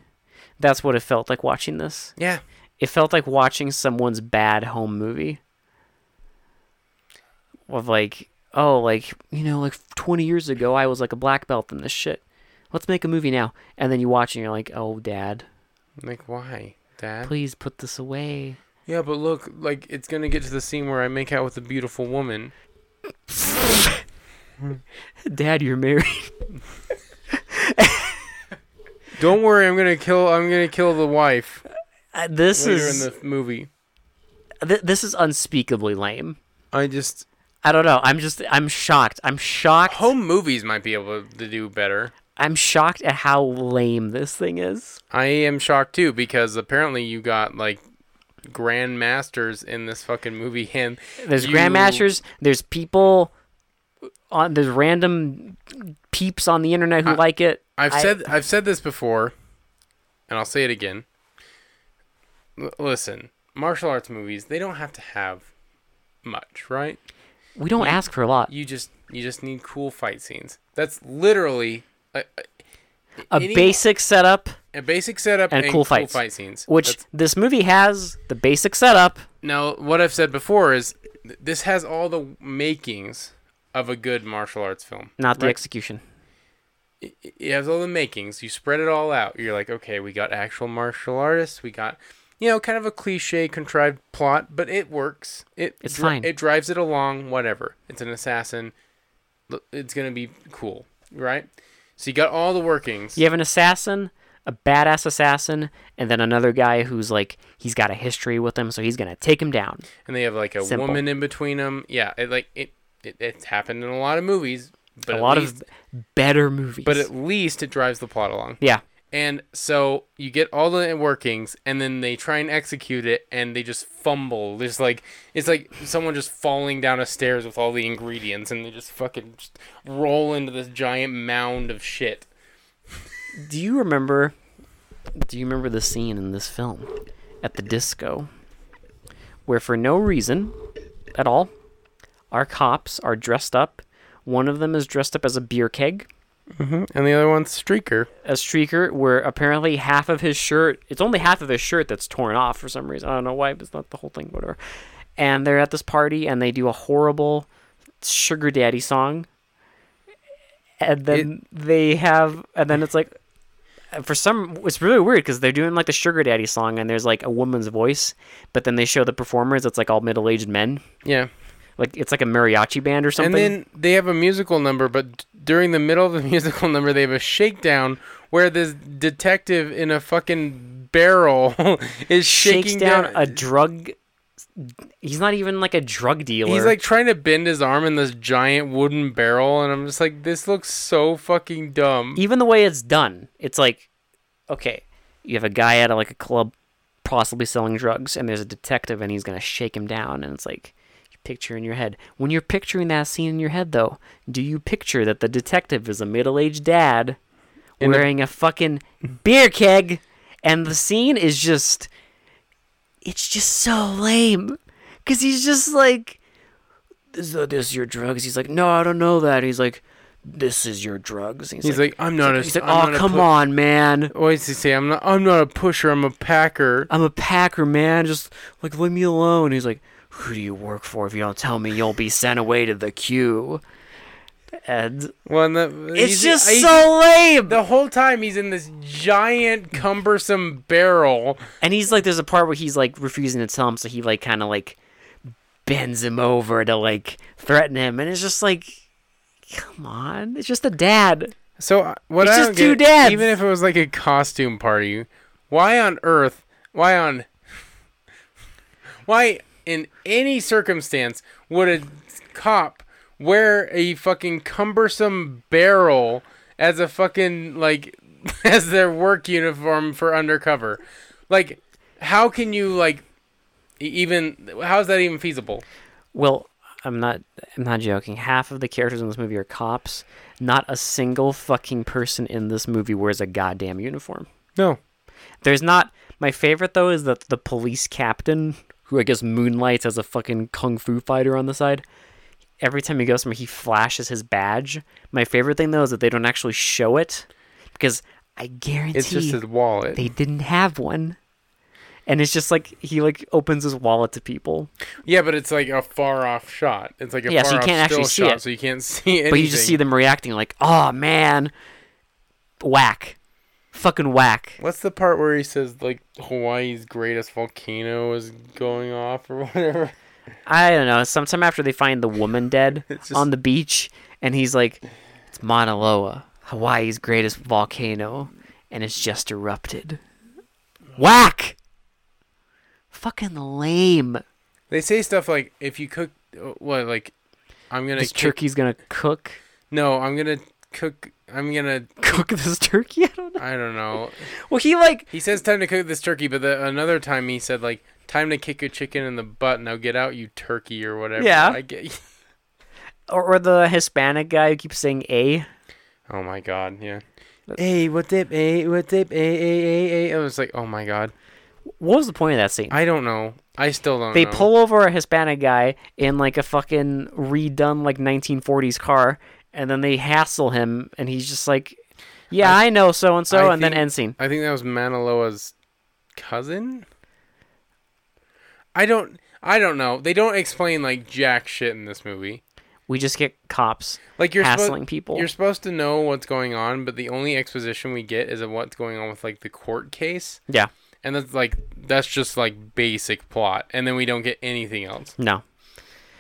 [SPEAKER 2] that's what it felt like watching this
[SPEAKER 1] Yeah.
[SPEAKER 2] it felt like watching someone's bad home movie of like oh like you know like 20 years ago i was like a black belt in this shit let's make a movie now and then you watch and you're like oh dad
[SPEAKER 1] Like why, Dad?
[SPEAKER 2] please put this away
[SPEAKER 1] Yeah, but look, like it's gonna get to the scene where I make out with a beautiful woman.
[SPEAKER 2] dad you're married
[SPEAKER 1] Don't worry, I'm gonna kill. I'm gonna kill the wife
[SPEAKER 2] Uh, this
[SPEAKER 1] later
[SPEAKER 2] is
[SPEAKER 1] in the movie.
[SPEAKER 2] th- this is unspeakably lame
[SPEAKER 1] I just
[SPEAKER 2] I don't know. I'm just I'm shocked. I'm shocked.
[SPEAKER 1] home movies might be able to do better.
[SPEAKER 2] I'm shocked at how lame this thing is.
[SPEAKER 1] I am shocked too because apparently you got like grandmasters in this fucking movie and
[SPEAKER 2] There's
[SPEAKER 1] you-
[SPEAKER 2] grandmasters, there's people on there's random peeps on the internet who like it.
[SPEAKER 1] I've
[SPEAKER 2] I-
[SPEAKER 1] said I've said this before and I'll say it again. L- listen, martial arts movies, they don't have to have much, right?
[SPEAKER 2] We don't ask for a lot.
[SPEAKER 1] You just you just need cool fight scenes. That's literally a,
[SPEAKER 2] A
[SPEAKER 1] any-
[SPEAKER 2] basic setup,
[SPEAKER 1] a basic setup
[SPEAKER 2] And
[SPEAKER 1] and,
[SPEAKER 2] cool
[SPEAKER 1] cool,
[SPEAKER 2] fights.
[SPEAKER 1] fight scenes.
[SPEAKER 2] which
[SPEAKER 1] That's-
[SPEAKER 2] this movie has the basic setup.
[SPEAKER 1] now what I've said before is th- this has all the makings of a good martial arts film.
[SPEAKER 2] Not the
[SPEAKER 1] right?
[SPEAKER 2] execution.
[SPEAKER 1] it it has all the makings. You spread it all out. You're like, okay, we got actual martial artists. We got, you know, kind of a cliche contrived plot, but it works. It
[SPEAKER 2] It's fine.
[SPEAKER 1] It drives it along. Whatever. It's an assassin. L- It's gonna be cool, right? So you got all the workings.
[SPEAKER 2] You have an assassin, a badass assassin, and then another guy who's like he's got a history with him, so he's gonna take him down.
[SPEAKER 1] And they have like a
[SPEAKER 2] Simple.
[SPEAKER 1] woman in between them. Yeah. It like it, it. It's happened in a lot of movies, but
[SPEAKER 2] A
[SPEAKER 1] at
[SPEAKER 2] lot
[SPEAKER 1] least,
[SPEAKER 2] of better movies.
[SPEAKER 1] But at least it drives the plot along.
[SPEAKER 2] yeah.
[SPEAKER 1] And so you get all the workings, and then they try and execute it, and they just fumble. There's like it's like someone just falling down a stairs with all the ingredients, and they just fucking just roll into this giant mound of shit.
[SPEAKER 2] Do you remember? Do you remember the scene in this film at the disco where, for no reason at all, our cops are dressed up? One of them is dressed up as a beer keg,
[SPEAKER 1] And the other one's streaker.
[SPEAKER 2] a streaker, where apparently half of his shirt, it's only half of his shirt that's torn off for some reason. I don't know why, but it's not the whole thing, whatever. And they're at this party and they do a horrible Sugar Daddy song. And then they have, and then it's like, and for some it's really weird because they're doing like the sugar daddy song and there's like a woman's voice but then they show the performers it's like all middle-aged men
[SPEAKER 1] Yeah.
[SPEAKER 2] like it's like a mariachi band or something
[SPEAKER 1] And then they have a musical number, but d- during the middle of the musical number, they have a shakedown where this detective in a fucking barrel is shaking
[SPEAKER 2] shakes down,
[SPEAKER 1] down
[SPEAKER 2] a drug he's not even like a drug dealer
[SPEAKER 1] He's like trying to bend his arm in this giant wooden barrel, and I'm just like, this looks so fucking dumb.
[SPEAKER 2] even the way it's done it's like okay you have a guy at like a club possibly selling drugs and there's a detective and he's gonna shake him down and it's like you picture in your head when you're picturing that scene in your head though do you picture that the detective is a middle-aged dad
[SPEAKER 1] In a-
[SPEAKER 2] wearing a fucking beer keg and the scene is just it's just so lame because he's just like is the- this your drugs? He's like, no, I don't know that. He's like, this is your drugs. And
[SPEAKER 1] He's like, I'm not a.
[SPEAKER 2] he's like,
[SPEAKER 1] I'm not
[SPEAKER 2] oh,
[SPEAKER 1] a
[SPEAKER 2] come
[SPEAKER 1] pu-
[SPEAKER 2] on, man.
[SPEAKER 1] What does he say? I'm not. I'm not a pusher. I'm a packer.
[SPEAKER 2] I'm a packer, man. Just like leave me alone. He's like, who do you work for? If you don't tell me, you'll be sent away to the queue. And
[SPEAKER 1] Well, and the, he's-
[SPEAKER 2] it's just
[SPEAKER 1] he's-
[SPEAKER 2] so lame.
[SPEAKER 1] The whole time he's in this giant cumbersome barrel.
[SPEAKER 2] And he's like, there's a part where he's like refusing to tell him, so he like kind of like bends him over to like threaten him, and it's just like, come on, it's just a dad.
[SPEAKER 1] So uh, what
[SPEAKER 2] It's
[SPEAKER 1] I
[SPEAKER 2] just
[SPEAKER 1] don't
[SPEAKER 2] two
[SPEAKER 1] get,
[SPEAKER 2] dads.
[SPEAKER 1] even if it was like a costume party, why on earth? Why on? Why in any circumstance would a cop wear a fucking cumbersome barrel as a fucking like as their work uniform for undercover? Like, how can you like e- even? How is that even feasible?
[SPEAKER 2] Well, I'm not, I'm not joking. Half of the characters in this movie are cops. Not a single fucking person in this movie wears a goddamn uniform.
[SPEAKER 1] No.
[SPEAKER 2] There's not. My favorite though is that the police captain, who I guess moonlights as a fucking kung fu fighter on the side. Every time he goes somewhere, he flashes his badge. My favorite thing though is that they don't actually show it, because I guarantee
[SPEAKER 1] It's just his wallet.
[SPEAKER 2] they didn't have one. And it's just like he like opens his wallet to people,
[SPEAKER 1] Yeah, but it's like a far off shot. It's like a
[SPEAKER 2] Yeah,
[SPEAKER 1] far
[SPEAKER 2] so you
[SPEAKER 1] off
[SPEAKER 2] can't
[SPEAKER 1] still
[SPEAKER 2] actually see
[SPEAKER 1] shot,
[SPEAKER 2] it.
[SPEAKER 1] so you can't see anything.
[SPEAKER 2] but you just see them reacting like, "Oh man, whack, fucking whack."
[SPEAKER 1] What's the part where he says like Hawaii's greatest volcano is going off or whatever?
[SPEAKER 2] I don't know. Sometime after they find the woman dead
[SPEAKER 1] It's
[SPEAKER 2] on the beach, and he's like, "It's Mauna Loa, Hawaii's greatest volcano, and it's just erupted." Whack! Fucking lame.
[SPEAKER 1] They say stuff like if you cook uh, what like I'm gonna
[SPEAKER 2] This
[SPEAKER 1] cook-
[SPEAKER 2] turkey's gonna cook.
[SPEAKER 1] no I'm gonna cook I'm gonna
[SPEAKER 2] Cook this turkey? I don't know.
[SPEAKER 1] I don't know.
[SPEAKER 2] Well, he like
[SPEAKER 1] He says time to cook this turkey, but the, another time he said like time to kick a chicken in the butt. Now get out, you turkey or whatever.
[SPEAKER 2] Yeah.
[SPEAKER 1] I get.
[SPEAKER 2] or, or the Hispanic guy who keeps saying "a."
[SPEAKER 1] Oh my god, yeah. Hey, what's up? Hey, what's up? Hey, hey, hey, hey. I was like, oh my god.
[SPEAKER 2] What was the point of that scene?
[SPEAKER 1] I don't know. I still don't
[SPEAKER 2] they
[SPEAKER 1] know.
[SPEAKER 2] pull over a Hispanic guy in like a fucking redone like 1940s car, and then they hassle him, and he's just like, "Yeah, I, know so and so,"
[SPEAKER 1] I
[SPEAKER 2] and then
[SPEAKER 1] think-
[SPEAKER 2] end scene.
[SPEAKER 1] I think that was Maniloa's cousin. I don't. I don't know. They don't explain like jack shit in this movie.
[SPEAKER 2] We just get cops
[SPEAKER 1] Like you're supposed-
[SPEAKER 2] hassling people.
[SPEAKER 1] You're supposed to know what's going on, but the only exposition we get is of what's going on with like the court case,
[SPEAKER 2] Yeah,
[SPEAKER 1] and that's like that's just like basic plot, and then we don't get anything else.
[SPEAKER 2] no,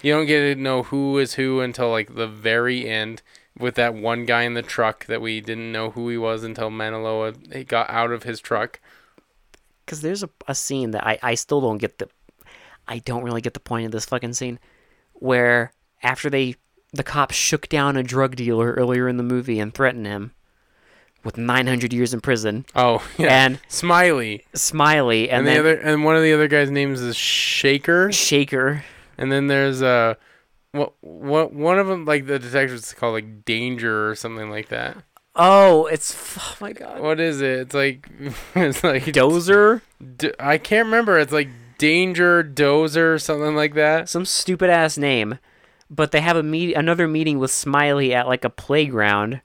[SPEAKER 1] You don't get to know who is who until like the very end with that one guy in the truck that we didn't know who he was until Maniloa he got out of his truck.
[SPEAKER 2] because there's a, a scene that I I still don't get the, I don't really get the point of this fucking scene, where after they the cops shook down a drug dealer earlier in the movie and threatened him with 900 years in prison,
[SPEAKER 1] Oh, yeah.
[SPEAKER 2] and
[SPEAKER 1] Smiley.
[SPEAKER 2] Smiley, and,
[SPEAKER 1] And,
[SPEAKER 2] then.
[SPEAKER 1] the other and one of the other guys' names is Shaker.
[SPEAKER 2] Shaker,
[SPEAKER 1] And then there's uh what what one of them like the detectives called like Danger or something like that.
[SPEAKER 2] Oh, it's f- oh my god.
[SPEAKER 1] What is it? It's like it's like
[SPEAKER 2] Dozer,
[SPEAKER 1] d- I can't remember. It's like Danger Dozer something like that.
[SPEAKER 2] some stupid ass name, but they have a meet another meeting with Smiley at like a playground,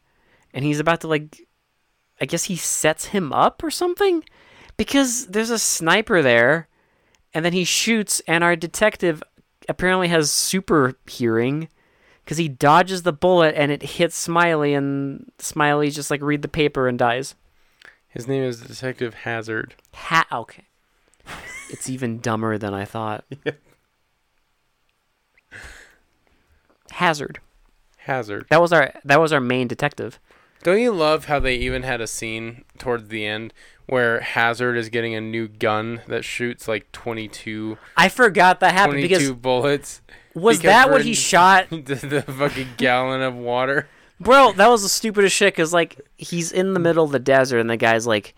[SPEAKER 2] and he's about to like, I guess he sets him up or something, because there's a sniper there, and then he shoots, and our detective apparently has super hearing. Because he dodges the bullet and it hits Smiley, and Smiley just like read the paper and dies.
[SPEAKER 1] His name is Detective Hazard.
[SPEAKER 2] Ha. Okay. It's even dumber than I thought. Hazard.
[SPEAKER 1] Hazard.
[SPEAKER 2] That was our that was our main detective.
[SPEAKER 1] Don't you love how they even had a scene towards the end where Hazard is getting a new gun that shoots like 22,
[SPEAKER 2] I forgot that happened
[SPEAKER 1] 22
[SPEAKER 2] because
[SPEAKER 1] bullets?
[SPEAKER 2] was
[SPEAKER 1] because
[SPEAKER 2] that
[SPEAKER 1] we're
[SPEAKER 2] what he
[SPEAKER 1] in-
[SPEAKER 2] shot?
[SPEAKER 1] the, the fucking gallon of water.
[SPEAKER 2] Bro, that was the stupidest shit cuz like he's in the middle of the desert and the guy's like,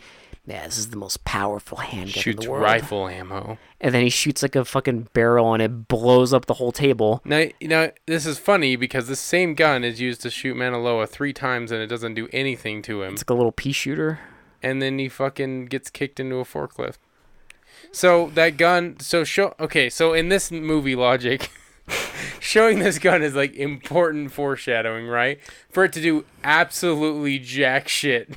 [SPEAKER 2] "Man, this is the most powerful handgun in
[SPEAKER 1] Shoots
[SPEAKER 2] the world."
[SPEAKER 1] rifle ammo.
[SPEAKER 2] And then he shoots like a fucking barrel and it blows up the whole table.
[SPEAKER 1] Now, you know, this is funny because this same gun is used to shoot Maniloa three times and it doesn't do anything to him.
[SPEAKER 2] It's like a little pea shooter.
[SPEAKER 1] and then he fucking gets kicked into a forklift. So that gun. So show. Okay. So in this movie logic, showing this gun is like important foreshadowing, right? For it to do absolutely jack shit.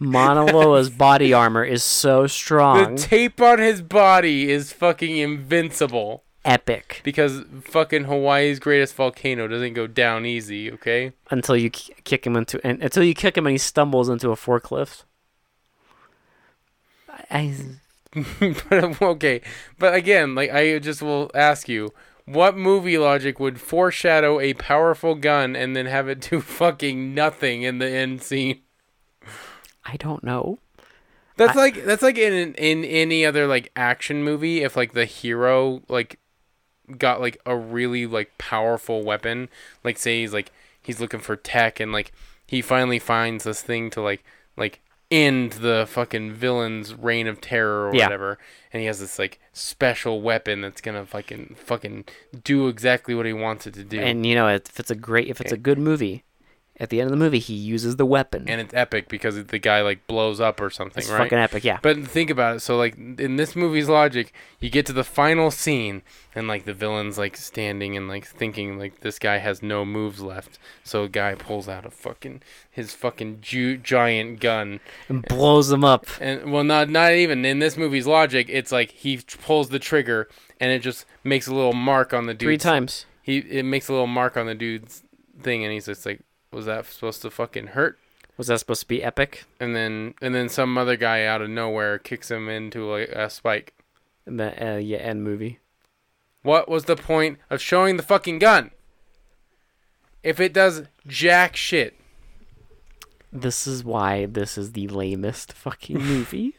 [SPEAKER 2] Monoloa's body armor is so
[SPEAKER 1] The
[SPEAKER 2] strong.
[SPEAKER 1] tape on his body is fucking invincible
[SPEAKER 2] epic.
[SPEAKER 1] because fucking Hawaii's greatest volcano doesn't go down easy, okay?
[SPEAKER 2] Until you k- kick him into and until you kick him and he stumbles into a forklift. I, I-
[SPEAKER 1] but okay, but again, like I just will ask you, what movie logic would foreshadow a powerful gun and then have it do fucking nothing in the end scene?
[SPEAKER 2] I don't know.
[SPEAKER 1] That's like that's like in an- in any other like action movie if like the hero like got like a really like powerful weapon, like say he's like he's looking for tech and like he finally finds this thing to like like end the fucking villain's reign of terror or
[SPEAKER 2] Yeah.
[SPEAKER 1] whatever and he has this like special weapon that's going to fucking fucking do exactly what he wants it to do and,
[SPEAKER 2] And you know, if it's a great, if it's a good movie, at the end of the movie he uses the weapon.
[SPEAKER 1] it's epic because the guy like blows up or something,
[SPEAKER 2] it's
[SPEAKER 1] right?
[SPEAKER 2] fucking epic. Yeah.
[SPEAKER 1] But think about it. So, like in this movie's logic, you get to the final scene, and like the villain's like standing and like thinking like this guy has no moves left. So a guy pulls out a fucking his fucking ju- giant gun,
[SPEAKER 2] and blows them up.
[SPEAKER 1] and well, not not even in this movie's logic. It's like he t- pulls the trigger, and it just makes a little mark on the dude.
[SPEAKER 2] Three times.
[SPEAKER 1] He it makes a little mark on the dude's thing, and he's just like, "Was that supposed to fucking hurt?"
[SPEAKER 2] Was that supposed to be epic?
[SPEAKER 1] And then and then some other guy out of nowhere kicks him into a, a spike.
[SPEAKER 2] And the- Uh, yeah, end movie.
[SPEAKER 1] What was the point of showing the fucking gun? If it does jack shit.
[SPEAKER 2] This is why this is the lamest fucking movie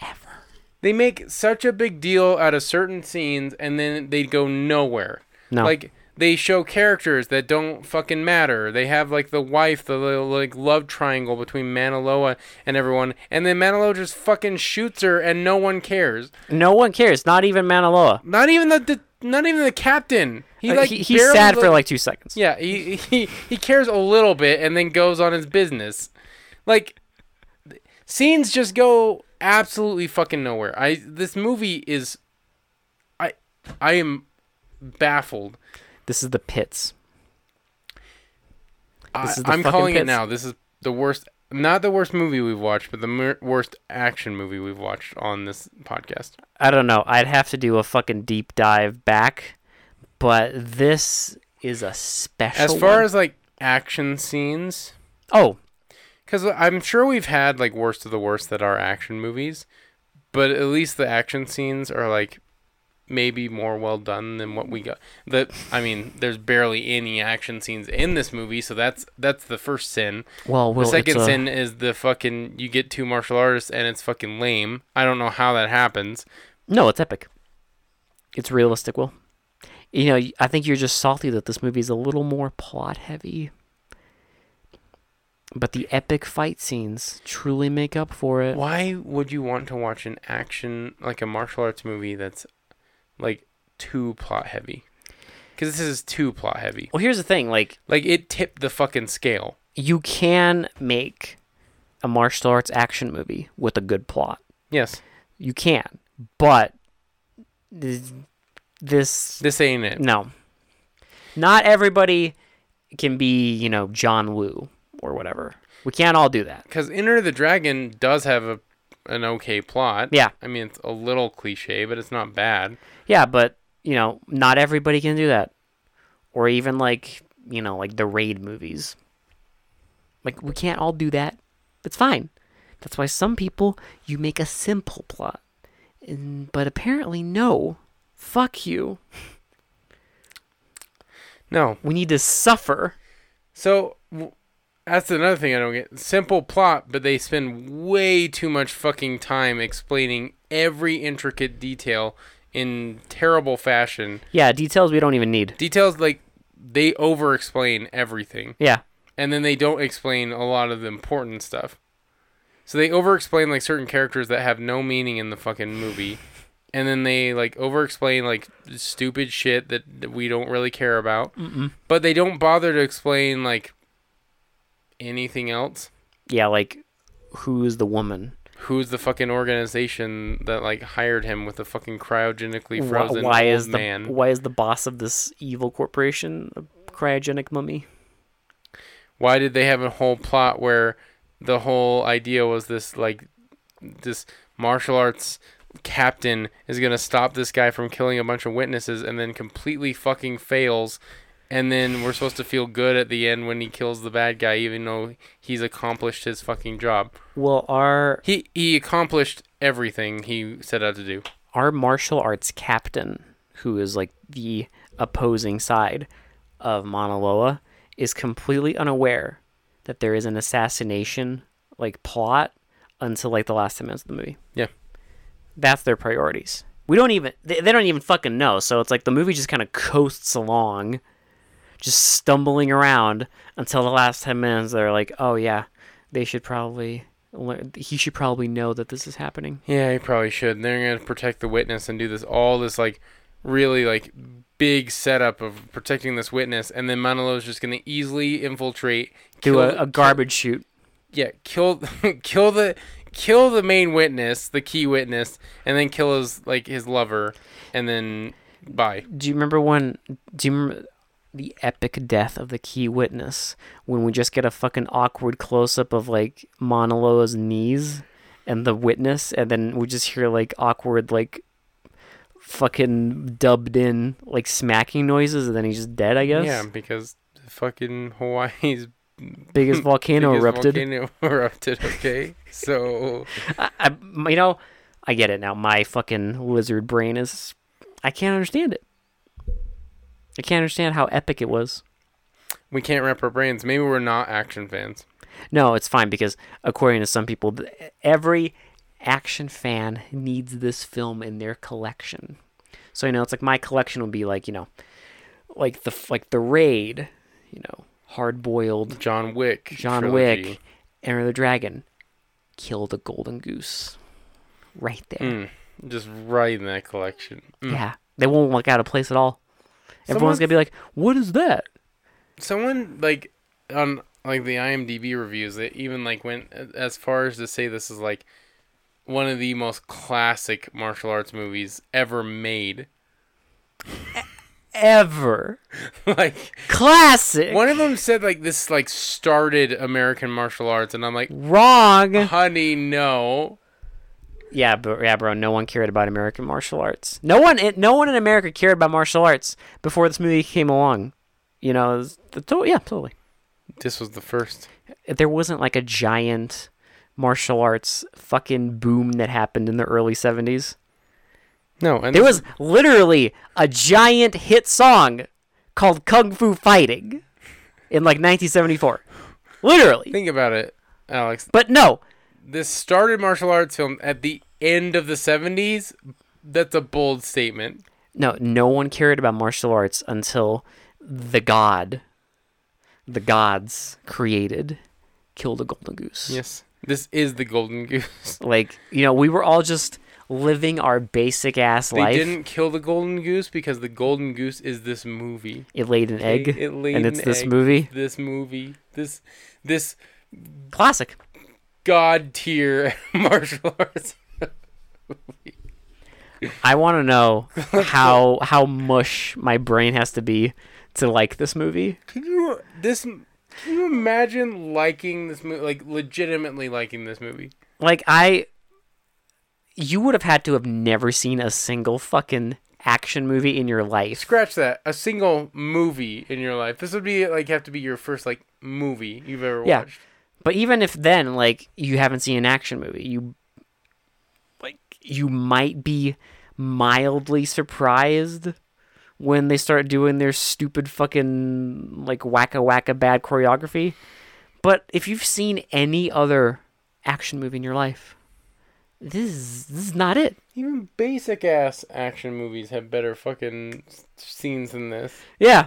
[SPEAKER 2] ever.
[SPEAKER 1] They make such a big deal out of certain scenes and then they go nowhere.
[SPEAKER 2] No.
[SPEAKER 1] Like they show characters that don't fucking matter. They have like the wife, the little, like love triangle between Maniloa and everyone, and then Maniloa just fucking shoots her and no one cares.
[SPEAKER 2] no one cares. Not even Manaloa.
[SPEAKER 1] Not even the, the not even the captain. He
[SPEAKER 2] Uh,
[SPEAKER 1] like
[SPEAKER 2] he, he's
[SPEAKER 1] barely,
[SPEAKER 2] sad for
[SPEAKER 1] like-
[SPEAKER 2] like two seconds.
[SPEAKER 1] Yeah, he, he he cares a little bit and then goes on his business. Like th- scenes just go absolutely fucking nowhere. I this movie is I I am baffled.
[SPEAKER 2] This is the pits.
[SPEAKER 1] I,
[SPEAKER 2] This is the
[SPEAKER 1] I'm
[SPEAKER 2] fucking
[SPEAKER 1] calling it
[SPEAKER 2] pits.
[SPEAKER 1] now. This is the worst not the worst movie we've watched, but the mer- worst action movie we've watched on this podcast.
[SPEAKER 2] I don't know. I'd have to do a fucking deep dive back, but this is a special.
[SPEAKER 1] As far
[SPEAKER 2] one.
[SPEAKER 1] as like action scenes,
[SPEAKER 2] oh,
[SPEAKER 1] Because I'm sure we've had like worst of the worst that are action movies, but at least the action scenes are like maybe more well done than what we got. That I mean, there's barely any action scenes in this movie, so that's that's the first sin.
[SPEAKER 2] well,
[SPEAKER 1] The
[SPEAKER 2] Will,
[SPEAKER 1] second
[SPEAKER 2] it's uh, a,
[SPEAKER 1] sin is the fucking you get two martial artists and it's fucking lame. I don't know how that happens.
[SPEAKER 2] No, it's epic. It's realistic, Will. You know, I think you're just salty that this movie is a little more plot heavy. But the epic fight scenes truly make up for it.
[SPEAKER 1] Why would you want to watch an action like a martial arts movie that's like too plot heavy? Because this is too plot heavy.
[SPEAKER 2] Well, here's the thing like,
[SPEAKER 1] Like it tipped the fucking scale.
[SPEAKER 2] you can make a martial arts action movie with a good plot.
[SPEAKER 1] Yes,
[SPEAKER 2] You can. But this, this
[SPEAKER 1] this ain't it.
[SPEAKER 2] no. Not everybody can be, you know, John Woo or whatever. We can't all do that.
[SPEAKER 1] Because Enter the Dragon does have a an okay plot.
[SPEAKER 2] Yeah.
[SPEAKER 1] I mean it's a little cliche, but it's not bad.
[SPEAKER 2] Yeah, but you know, not everybody can do that, or even like you know, like the raid movies. Like we can't all do that. That's fine. That's why some people you make a simple plot, and, but apparently no. Fuck you.
[SPEAKER 1] No.
[SPEAKER 2] We need to suffer.
[SPEAKER 1] So w- that's another thing I don't get. Simple plot, but they spend way too much fucking time explaining every intricate detail in terrible fashion.
[SPEAKER 2] Yeah, details we don't even need.
[SPEAKER 1] Details like they over explain everything.
[SPEAKER 2] Yeah,
[SPEAKER 1] and then they don't explain a lot of the important stuff. So they over-explain like certain characters that have no meaning in the fucking movie, and then they like over-explain like stupid shit that, that we don't really care about.
[SPEAKER 2] Mm-mm.
[SPEAKER 1] But they don't bother to explain like anything else.
[SPEAKER 2] yeah. Like, who's the woman?
[SPEAKER 1] who's the fucking organization that like hired him with the fucking cryogenically
[SPEAKER 2] Why,
[SPEAKER 1] frozen
[SPEAKER 2] why
[SPEAKER 1] old
[SPEAKER 2] is the
[SPEAKER 1] man?
[SPEAKER 2] why is the boss of this evil corporation a cryogenic mummy?
[SPEAKER 1] why did they have a whole plot where the whole idea was this like this martial arts captain is going to stop this guy from killing a bunch of witnesses and then completely fucking fails and then we're supposed to feel good at the end when he kills the bad guy even though he's accomplished his fucking job
[SPEAKER 2] Well, our
[SPEAKER 1] he he accomplished everything he set out to do
[SPEAKER 2] our martial arts captain, who is like the opposing side of Mauna Loa, is completely unaware that there is an assassination like plot until like the last ten minutes of the movie.
[SPEAKER 1] yeah
[SPEAKER 2] That's their priorities. We don't even they, they don't even fucking know. So it's like the movie just kind of coasts along, just stumbling around until the last ten minutes. They're like, oh yeah, they should probably. learn- He should probably know that this is happening.
[SPEAKER 1] Yeah, he probably should. And they're gonna protect the witness and do this all this like really like big setup of protecting this witness, and then Monolo's just gonna easily infiltrate,
[SPEAKER 2] do
[SPEAKER 1] kill
[SPEAKER 2] a,
[SPEAKER 1] the-
[SPEAKER 2] a garbage shoot.
[SPEAKER 1] yeah, kill kill the kill the main witness, the key witness, and then kill his like his lover, and then bye.
[SPEAKER 2] Do you remember when? Do you remember the epic death of the key witness when we just get a fucking awkward close up of like Mauna Loa's knees and the witness, and then we just hear like awkward like fucking dubbed in like smacking noises, and then he's just dead. I guess.
[SPEAKER 1] Yeah, because fucking Hawaii's
[SPEAKER 2] Biggest volcano
[SPEAKER 1] biggest
[SPEAKER 2] erupted.
[SPEAKER 1] Volcano erupted. Okay, so
[SPEAKER 2] I, I, you know, I get it now. My fucking lizard brain is. I can't understand it. I can't understand how epic it was.
[SPEAKER 1] we can't wrap our brains. Maybe we're not action fans.
[SPEAKER 2] No, it's fine because according to some people, th- every action fan needs this film in their collection. So you know, it's like my collection would be like you know, like the f- like the raid, you know, hard boiled
[SPEAKER 1] John Wick.
[SPEAKER 2] John
[SPEAKER 1] trilogy.
[SPEAKER 2] Wick, Enter the Dragon, kill the golden goose, right there.
[SPEAKER 1] Mm, just right in that collection. Mm.
[SPEAKER 2] Yeah, they won't look out of place at all.
[SPEAKER 1] Someone's-
[SPEAKER 2] Everyone's gonna be like, "What is that?"
[SPEAKER 1] Someone like on like the IMDb reviews, it even like went a- as far as to say this is like one of the most classic martial arts movies ever made.
[SPEAKER 2] Ever
[SPEAKER 1] like
[SPEAKER 2] classic.
[SPEAKER 1] one of them said like this like started American martial arts, and I'm like,
[SPEAKER 2] Wrong.
[SPEAKER 1] honey, no.
[SPEAKER 2] Yeah, but yeah, bro. No one cared about American martial arts. No one, in- no one in America cared about martial arts before this movie came along. You know, it was the to- yeah, totally.
[SPEAKER 1] This was the first.
[SPEAKER 2] There wasn't like a giant martial arts fucking boom that happened in the early '70s.
[SPEAKER 1] No, and
[SPEAKER 2] There was literally a giant hit song called "Kung Fu Fighting" in like 1974, literally.
[SPEAKER 1] think about it, Alex.
[SPEAKER 2] But no,
[SPEAKER 1] This started martial arts film at the end of the '70s. That's a bold statement.
[SPEAKER 2] No, no one cared about martial arts until the god, the gods created, killed a golden goose.
[SPEAKER 1] Yes. This is the golden goose.
[SPEAKER 2] Like, you know, we were all just living our basic ass
[SPEAKER 1] They
[SPEAKER 2] life.
[SPEAKER 1] didn't kill the golden goose because the golden goose is this movie.
[SPEAKER 2] It laid an egg,
[SPEAKER 1] It laid
[SPEAKER 2] and it's
[SPEAKER 1] an
[SPEAKER 2] this
[SPEAKER 1] egg.
[SPEAKER 2] movie.
[SPEAKER 1] This movie. This this
[SPEAKER 2] Classic.
[SPEAKER 1] god tier martial arts.
[SPEAKER 2] I want to know how how mush my brain has to be to like this movie.
[SPEAKER 1] Can you this can you imagine liking this movie like legitimately liking this movie?
[SPEAKER 2] Like I you would have had to have never seen a single fucking action movie in your life.
[SPEAKER 1] Scratch that. A single movie in your life. This would be like have to be your first like movie you've ever
[SPEAKER 2] Yeah.
[SPEAKER 1] watched.
[SPEAKER 2] But even if then, like, you haven't seen an action movie, you like you might be mildly surprised when they start doing their stupid fucking like wacka wacka bad choreography. But if you've seen any other action movie in your life, this is this is not it.
[SPEAKER 1] Even basic ass action movies have better fucking s- scenes than this.
[SPEAKER 2] Yeah.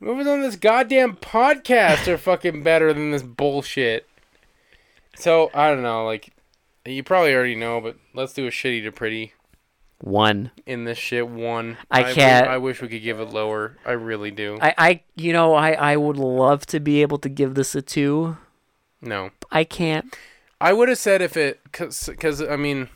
[SPEAKER 1] Movies on this goddamn podcast are fucking better than this bullshit. So I don't know, like you probably already know, but let's do a shitty to pretty
[SPEAKER 2] One.
[SPEAKER 1] in this shit one.
[SPEAKER 2] I
[SPEAKER 1] wi-
[SPEAKER 2] can't.
[SPEAKER 1] I wish we could give it lower. I really do.
[SPEAKER 2] I, I you know, I, I would love to be able to give this a two.
[SPEAKER 1] no,
[SPEAKER 2] I can't.
[SPEAKER 1] I would have said if it, cause, cause I mean,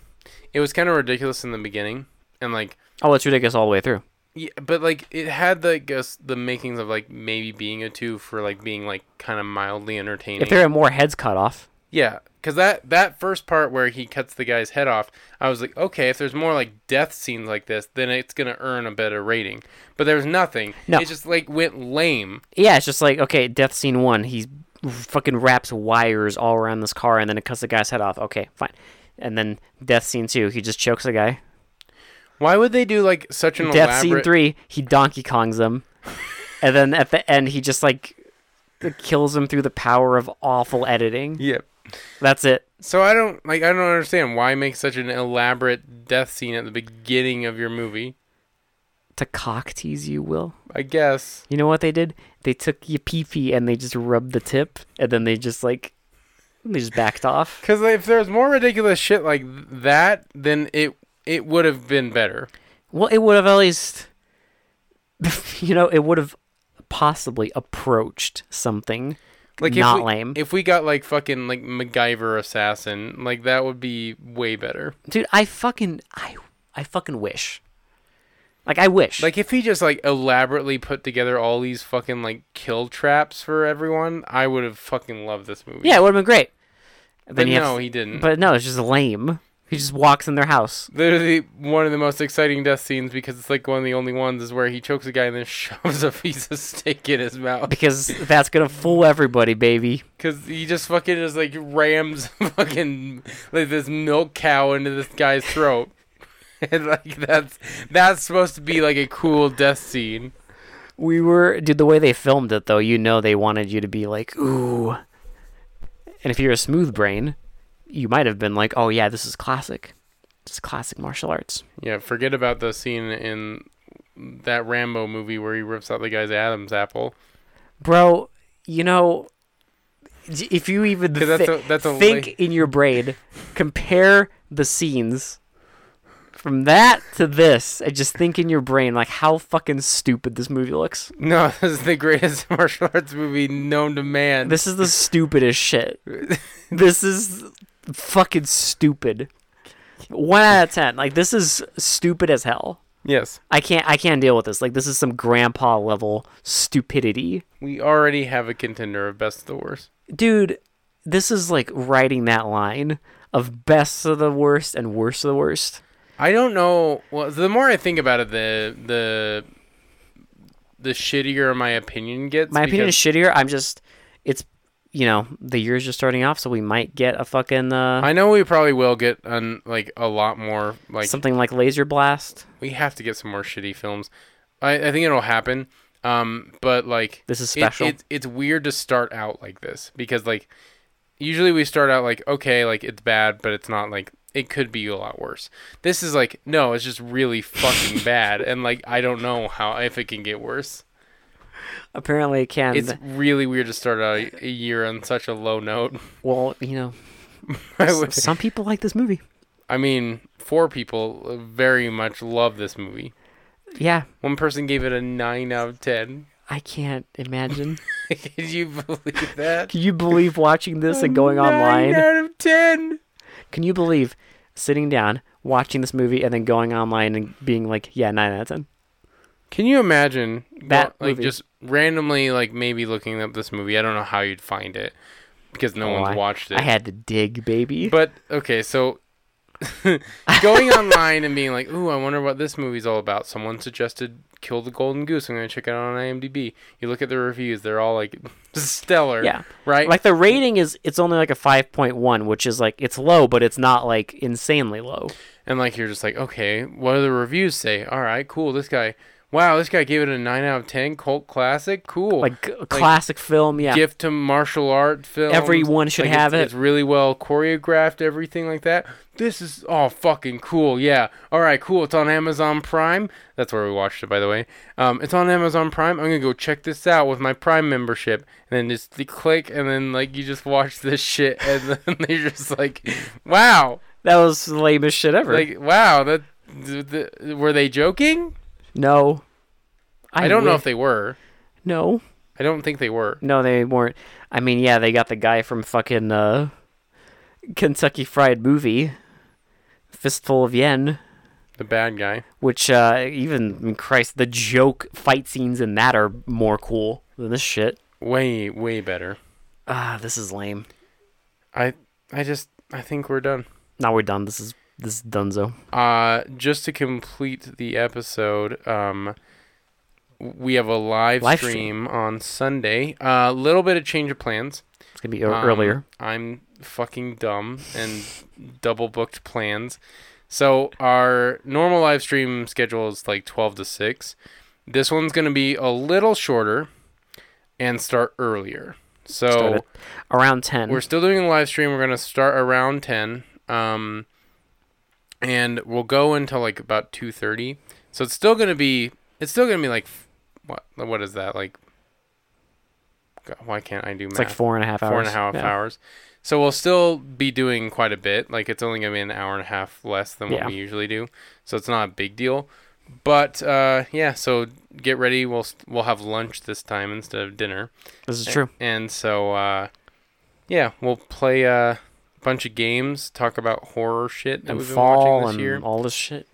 [SPEAKER 1] it was kind of ridiculous in the beginning, and like,
[SPEAKER 2] Oh, it's ridiculous all the way through.
[SPEAKER 1] yeah, but like it had the guess the makings of like maybe being a two for like being like kind of mildly entertaining.
[SPEAKER 2] If there are more heads cut off,
[SPEAKER 1] Yeah, because that that first part where he cuts the guy's head off, I was like, okay, if there's more like death scenes like this, then it's gonna earn a better rating. But there was nothing.
[SPEAKER 2] No.
[SPEAKER 1] It just like went lame.
[SPEAKER 2] yeah, it's just like okay, death scene one. He fucking wraps wires all around this car, and then it cuts the guy's head off. Okay, fine. And then death scene two, he just chokes the guy.
[SPEAKER 1] Why would they do like such an
[SPEAKER 2] death
[SPEAKER 1] elaborate?
[SPEAKER 2] scene three, he Donkey Kongs him, and then at the end he just like kills him through the power of awful editing.
[SPEAKER 1] Yeah.
[SPEAKER 2] That's it.
[SPEAKER 1] So I don't like I don't understand why make such an elaborate death scene at the beginning of your movie.
[SPEAKER 2] To cock tease you, Will.
[SPEAKER 1] I guess.
[SPEAKER 2] You know what they did? They took your pee pee and they just rubbed the tip, and then they just like they just backed off.
[SPEAKER 1] Because if there's more ridiculous shit like th- that, then it it would have been better.
[SPEAKER 2] Well, it would have at least, you know, it would have possibly approached something
[SPEAKER 1] Like
[SPEAKER 2] not
[SPEAKER 1] if we,
[SPEAKER 2] lame.
[SPEAKER 1] If we got like fucking like MacGyver assassin, like that would be way better.
[SPEAKER 2] Dude, I fucking I I fucking wish. Like I wish.
[SPEAKER 1] Like if he just like elaborately put together all these fucking like kill traps for everyone, I would have fucking loved this movie.
[SPEAKER 2] yeah, it would have been great.
[SPEAKER 1] but
[SPEAKER 2] Then you have
[SPEAKER 1] no,
[SPEAKER 2] to-
[SPEAKER 1] he didn't.
[SPEAKER 2] But no, it's just lame. He just walks in their house.
[SPEAKER 1] Literally one of the most exciting death scenes because it's like one of the only ones is where he chokes a guy and then shoves a piece of steak in his mouth
[SPEAKER 2] Because that's gonna fool everybody, baby.
[SPEAKER 1] because he just fucking just like rams fucking like this milk cow into this guy's throat. And like that's that's supposed to be like a cool death scene.
[SPEAKER 2] We were, dude. The way they filmed it, though, you know, they wanted you to be like, ooh. And if you're a smooth brain, you might have been like, oh yeah, this is classic. This is classic martial arts.
[SPEAKER 1] Yeah, forget about the scene in that Rambo movie where he rips out the guy's Adam's apple.
[SPEAKER 2] bro you know d- if you even
[SPEAKER 1] 'Cause that's
[SPEAKER 2] thi-
[SPEAKER 1] a- that's a
[SPEAKER 2] think
[SPEAKER 1] lay-
[SPEAKER 2] in your brain compare the scenes from that to this and just think in your brain like how fucking stupid this movie looks
[SPEAKER 1] No, this is the greatest martial arts movie known to man.
[SPEAKER 2] this is the stupidest shit this is fucking stupid one out of ten like this is stupid as hell
[SPEAKER 1] yes,
[SPEAKER 2] i can't i can't deal with this like this is some grandpa level stupidity
[SPEAKER 1] we already have a contender of best of the worst.
[SPEAKER 2] dude, this is like writing that line of best of the worst and worst of the worst.
[SPEAKER 1] I don't know. Well, the more I think about it, the the the shittier my opinion gets.
[SPEAKER 2] My opinion
[SPEAKER 1] because-
[SPEAKER 2] is shittier. I'm just, it's, you know, the year's just starting off, so we might get a fucking uh,
[SPEAKER 1] I know we probably will get an, like a lot more. Like
[SPEAKER 2] something like Laser Blast.
[SPEAKER 1] we have to get some more shitty films. I, I think it'll happen. Um, but like
[SPEAKER 2] This is
[SPEAKER 1] it-
[SPEAKER 2] special.
[SPEAKER 1] it's- it's weird to start out like this because like usually we start out like okay, like it's bad, but it's not like it could be a lot worse. This is like no, it's just really fucking bad, and like I don't know how if it can get worse.
[SPEAKER 2] Apparently, it can.
[SPEAKER 1] It's really weird to start out a, a year on such a low note.
[SPEAKER 2] well, you know,
[SPEAKER 1] I,
[SPEAKER 2] s-
[SPEAKER 1] would-
[SPEAKER 2] some people like this movie.
[SPEAKER 1] I mean, four people very much love this movie.
[SPEAKER 2] Yeah,
[SPEAKER 1] One person gave it a nine out of ten.
[SPEAKER 2] I can't imagine.
[SPEAKER 1] Can you believe that?
[SPEAKER 2] Can you believe watching this and going online?
[SPEAKER 1] Nine out of ten.
[SPEAKER 2] Can you believe sitting down, watching this movie, and then going online and being like, yeah, 9 out of 10?
[SPEAKER 1] Can you imagine
[SPEAKER 2] That
[SPEAKER 1] well, like
[SPEAKER 2] movie.
[SPEAKER 1] just randomly like maybe looking up this movie? I don't know how you'd find it because no
[SPEAKER 2] Oh,
[SPEAKER 1] one's watched it.
[SPEAKER 2] I had to dig, baby.
[SPEAKER 1] but okay, so going online and being like, "Ooh, I wonder what this movie's all about." Someone suggested "Kill the Golden Goose." I'm gonna check it out on IMDb. You look at the reviews; they're all like stellar.
[SPEAKER 2] Yeah.
[SPEAKER 1] Right.
[SPEAKER 2] like the rating is it's only like a 5.1 which is like it's low but it's not like insanely low
[SPEAKER 1] And like you're just like, okay, what do the reviews say? All right, cool. This guy, wow, this guy gave it a nine out of ten. Cult classic, cool.
[SPEAKER 2] like a classic film yeah
[SPEAKER 1] gift to martial art film.
[SPEAKER 2] Everyone should have it.
[SPEAKER 1] um, It's really well choreographed, everything like that. This is all fucking cool. Yeah. All right, cool. It's on Amazon Prime. That's where we watched it, by the way. Um, it's on Amazon Prime. I'm gonna go check this out with my Prime membership, and then just click, and then like you just watch this shit, and then they're just like, wow.
[SPEAKER 2] that was the lamest shit ever
[SPEAKER 1] Like, wow, that th- th- were they joking?
[SPEAKER 2] no
[SPEAKER 1] I don't know
[SPEAKER 2] wi-
[SPEAKER 1] if they were.
[SPEAKER 2] no
[SPEAKER 1] I don't think they were.
[SPEAKER 2] no they weren't i mean yeah they got the guy from fucking uh Kentucky Fried Movie, Fistful of Yen,
[SPEAKER 1] the bad guy.
[SPEAKER 2] which uh, even I mean, Christ, the joke fight scenes in that are more cool than this shit.
[SPEAKER 1] Way, way better.
[SPEAKER 2] Ah, this is lame.
[SPEAKER 1] I I just I think we're done.
[SPEAKER 2] Now we're done. This is this is Dunzo.
[SPEAKER 1] Uh just to complete the episode, um we have a live,
[SPEAKER 2] Live
[SPEAKER 1] stream,
[SPEAKER 2] stream.
[SPEAKER 1] on Sunday. A little bit of change of plans.
[SPEAKER 2] It's gonna be ear-
[SPEAKER 1] Um,
[SPEAKER 2] earlier.
[SPEAKER 1] I'm fucking dumb and double booked plans. So our normal live stream schedule is like 12 to 6. This one's going to be a little shorter and start earlier. So
[SPEAKER 2] Start at around 10
[SPEAKER 1] we're still doing a live stream. We're gonna start around ten, um, and we'll go until like about two thirty. So it's still gonna be it's still gonna be like f- what what is that like? God, why can't I do math?
[SPEAKER 2] It's like four and a half hours.
[SPEAKER 1] Four and a half
[SPEAKER 2] Yeah.
[SPEAKER 1] hours. So we'll still be doing quite a bit. Like it's only gonna be an hour and a half less than what
[SPEAKER 2] Yeah.
[SPEAKER 1] we usually do. So it's not a big deal. But uh, yeah, so get ready. We'll st- we'll have lunch this time instead of dinner.
[SPEAKER 2] This is true.
[SPEAKER 1] And so, uh, yeah, we'll play uh, a bunch of games, talk about horror shit that
[SPEAKER 2] And
[SPEAKER 1] we've been
[SPEAKER 2] fall
[SPEAKER 1] watching this
[SPEAKER 2] and
[SPEAKER 1] year,
[SPEAKER 2] all this shit.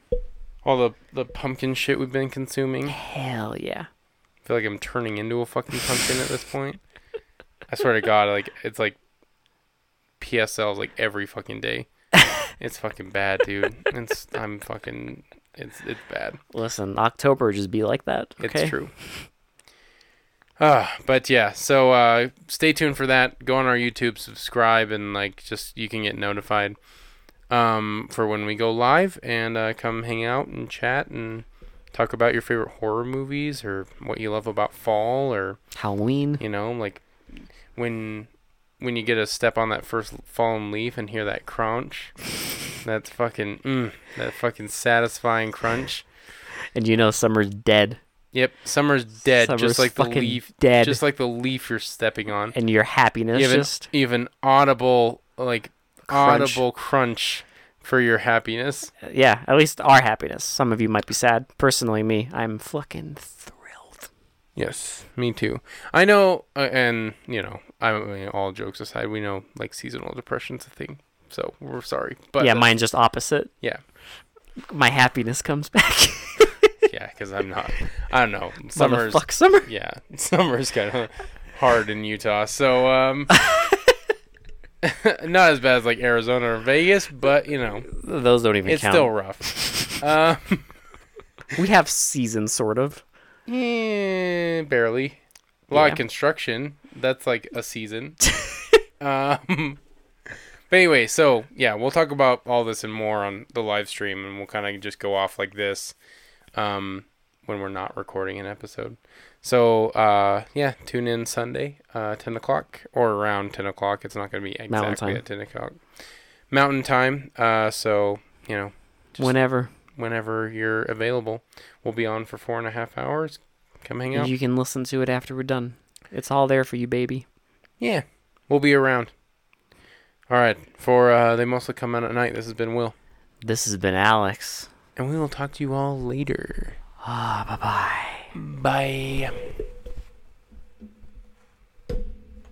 [SPEAKER 1] all the the pumpkin shit we've been consuming. I
[SPEAKER 2] Hell yeah.
[SPEAKER 1] feel like I'm turning into a fucking pumpkin at this point. I swear to God, like it's like PSLs like every fucking day. It's fucking bad, dude. It's I'm fucking it's it's bad.
[SPEAKER 2] Listen, October just be like that.
[SPEAKER 1] It's
[SPEAKER 2] okay?
[SPEAKER 1] true. Uh, but yeah, so uh, stay tuned for that. Go on our YouTube, subscribe, and like just you can get notified um, for when we go live and uh, come hang out and chat and talk about your favorite horror movies or what you love about fall or
[SPEAKER 2] Halloween.
[SPEAKER 1] you know like when when you get a step on that first fallen leaf and hear that crunch. That's fucking mm, that fucking satisfying crunch.
[SPEAKER 2] And you know summer's dead.
[SPEAKER 1] Yep, summer's dead,
[SPEAKER 2] Summer's
[SPEAKER 1] just like the
[SPEAKER 2] fucking
[SPEAKER 1] leaf,
[SPEAKER 2] dead.
[SPEAKER 1] just like the leaf you're stepping on.
[SPEAKER 2] And your happiness
[SPEAKER 1] You have, an,
[SPEAKER 2] just
[SPEAKER 1] you have an audible, like
[SPEAKER 2] Crunch.
[SPEAKER 1] audible crunch for your happiness.
[SPEAKER 2] yeah, at least our happiness. Some of you might be sad. Personally me, I'm fucking thrilled.
[SPEAKER 1] Yes, me too. I know, uh, and you know, I mean, all jokes aside, we know like seasonal depression's a thing, so we're sorry, but
[SPEAKER 2] yeah,
[SPEAKER 1] that's-
[SPEAKER 2] mine's just opposite.
[SPEAKER 1] yeah,
[SPEAKER 2] My happiness comes back.
[SPEAKER 1] yeah, because I'm not, I don't know, summer's,
[SPEAKER 2] Motherfuck summer.
[SPEAKER 1] yeah, summer's kind of hard in Utah, so um. Not as bad as like Arizona or Vegas, but you know,
[SPEAKER 2] Those don't even
[SPEAKER 1] it's
[SPEAKER 2] count.
[SPEAKER 1] still rough. um,
[SPEAKER 2] We have seasons sort of.
[SPEAKER 1] eh, barely. A lot
[SPEAKER 2] Yeah.
[SPEAKER 1] of construction. That's like a season. um, but anyway, so yeah, we'll talk about all this and more on the live stream, and we'll kind of just go off like this um, when we're not recording an episode. So uh, yeah, tune in Sunday, uh, ten o'clock or around ten o'clock. It's not going to be exactly
[SPEAKER 2] Mountain time.
[SPEAKER 1] at ten o'clock. Mountain time. Uh, so you know, Just-
[SPEAKER 2] Whenever
[SPEAKER 1] whenever you're available. We'll be on for four and a half hours. Come hang out.
[SPEAKER 2] you can listen to it after we're done. It's all there for you, baby.
[SPEAKER 1] yeah, we'll be around. All right. For uh, they mostly come out at night. This has been Will,
[SPEAKER 2] This has been Alex.
[SPEAKER 1] and we will talk to you all later.
[SPEAKER 2] Ah, bye bye.
[SPEAKER 1] Bye.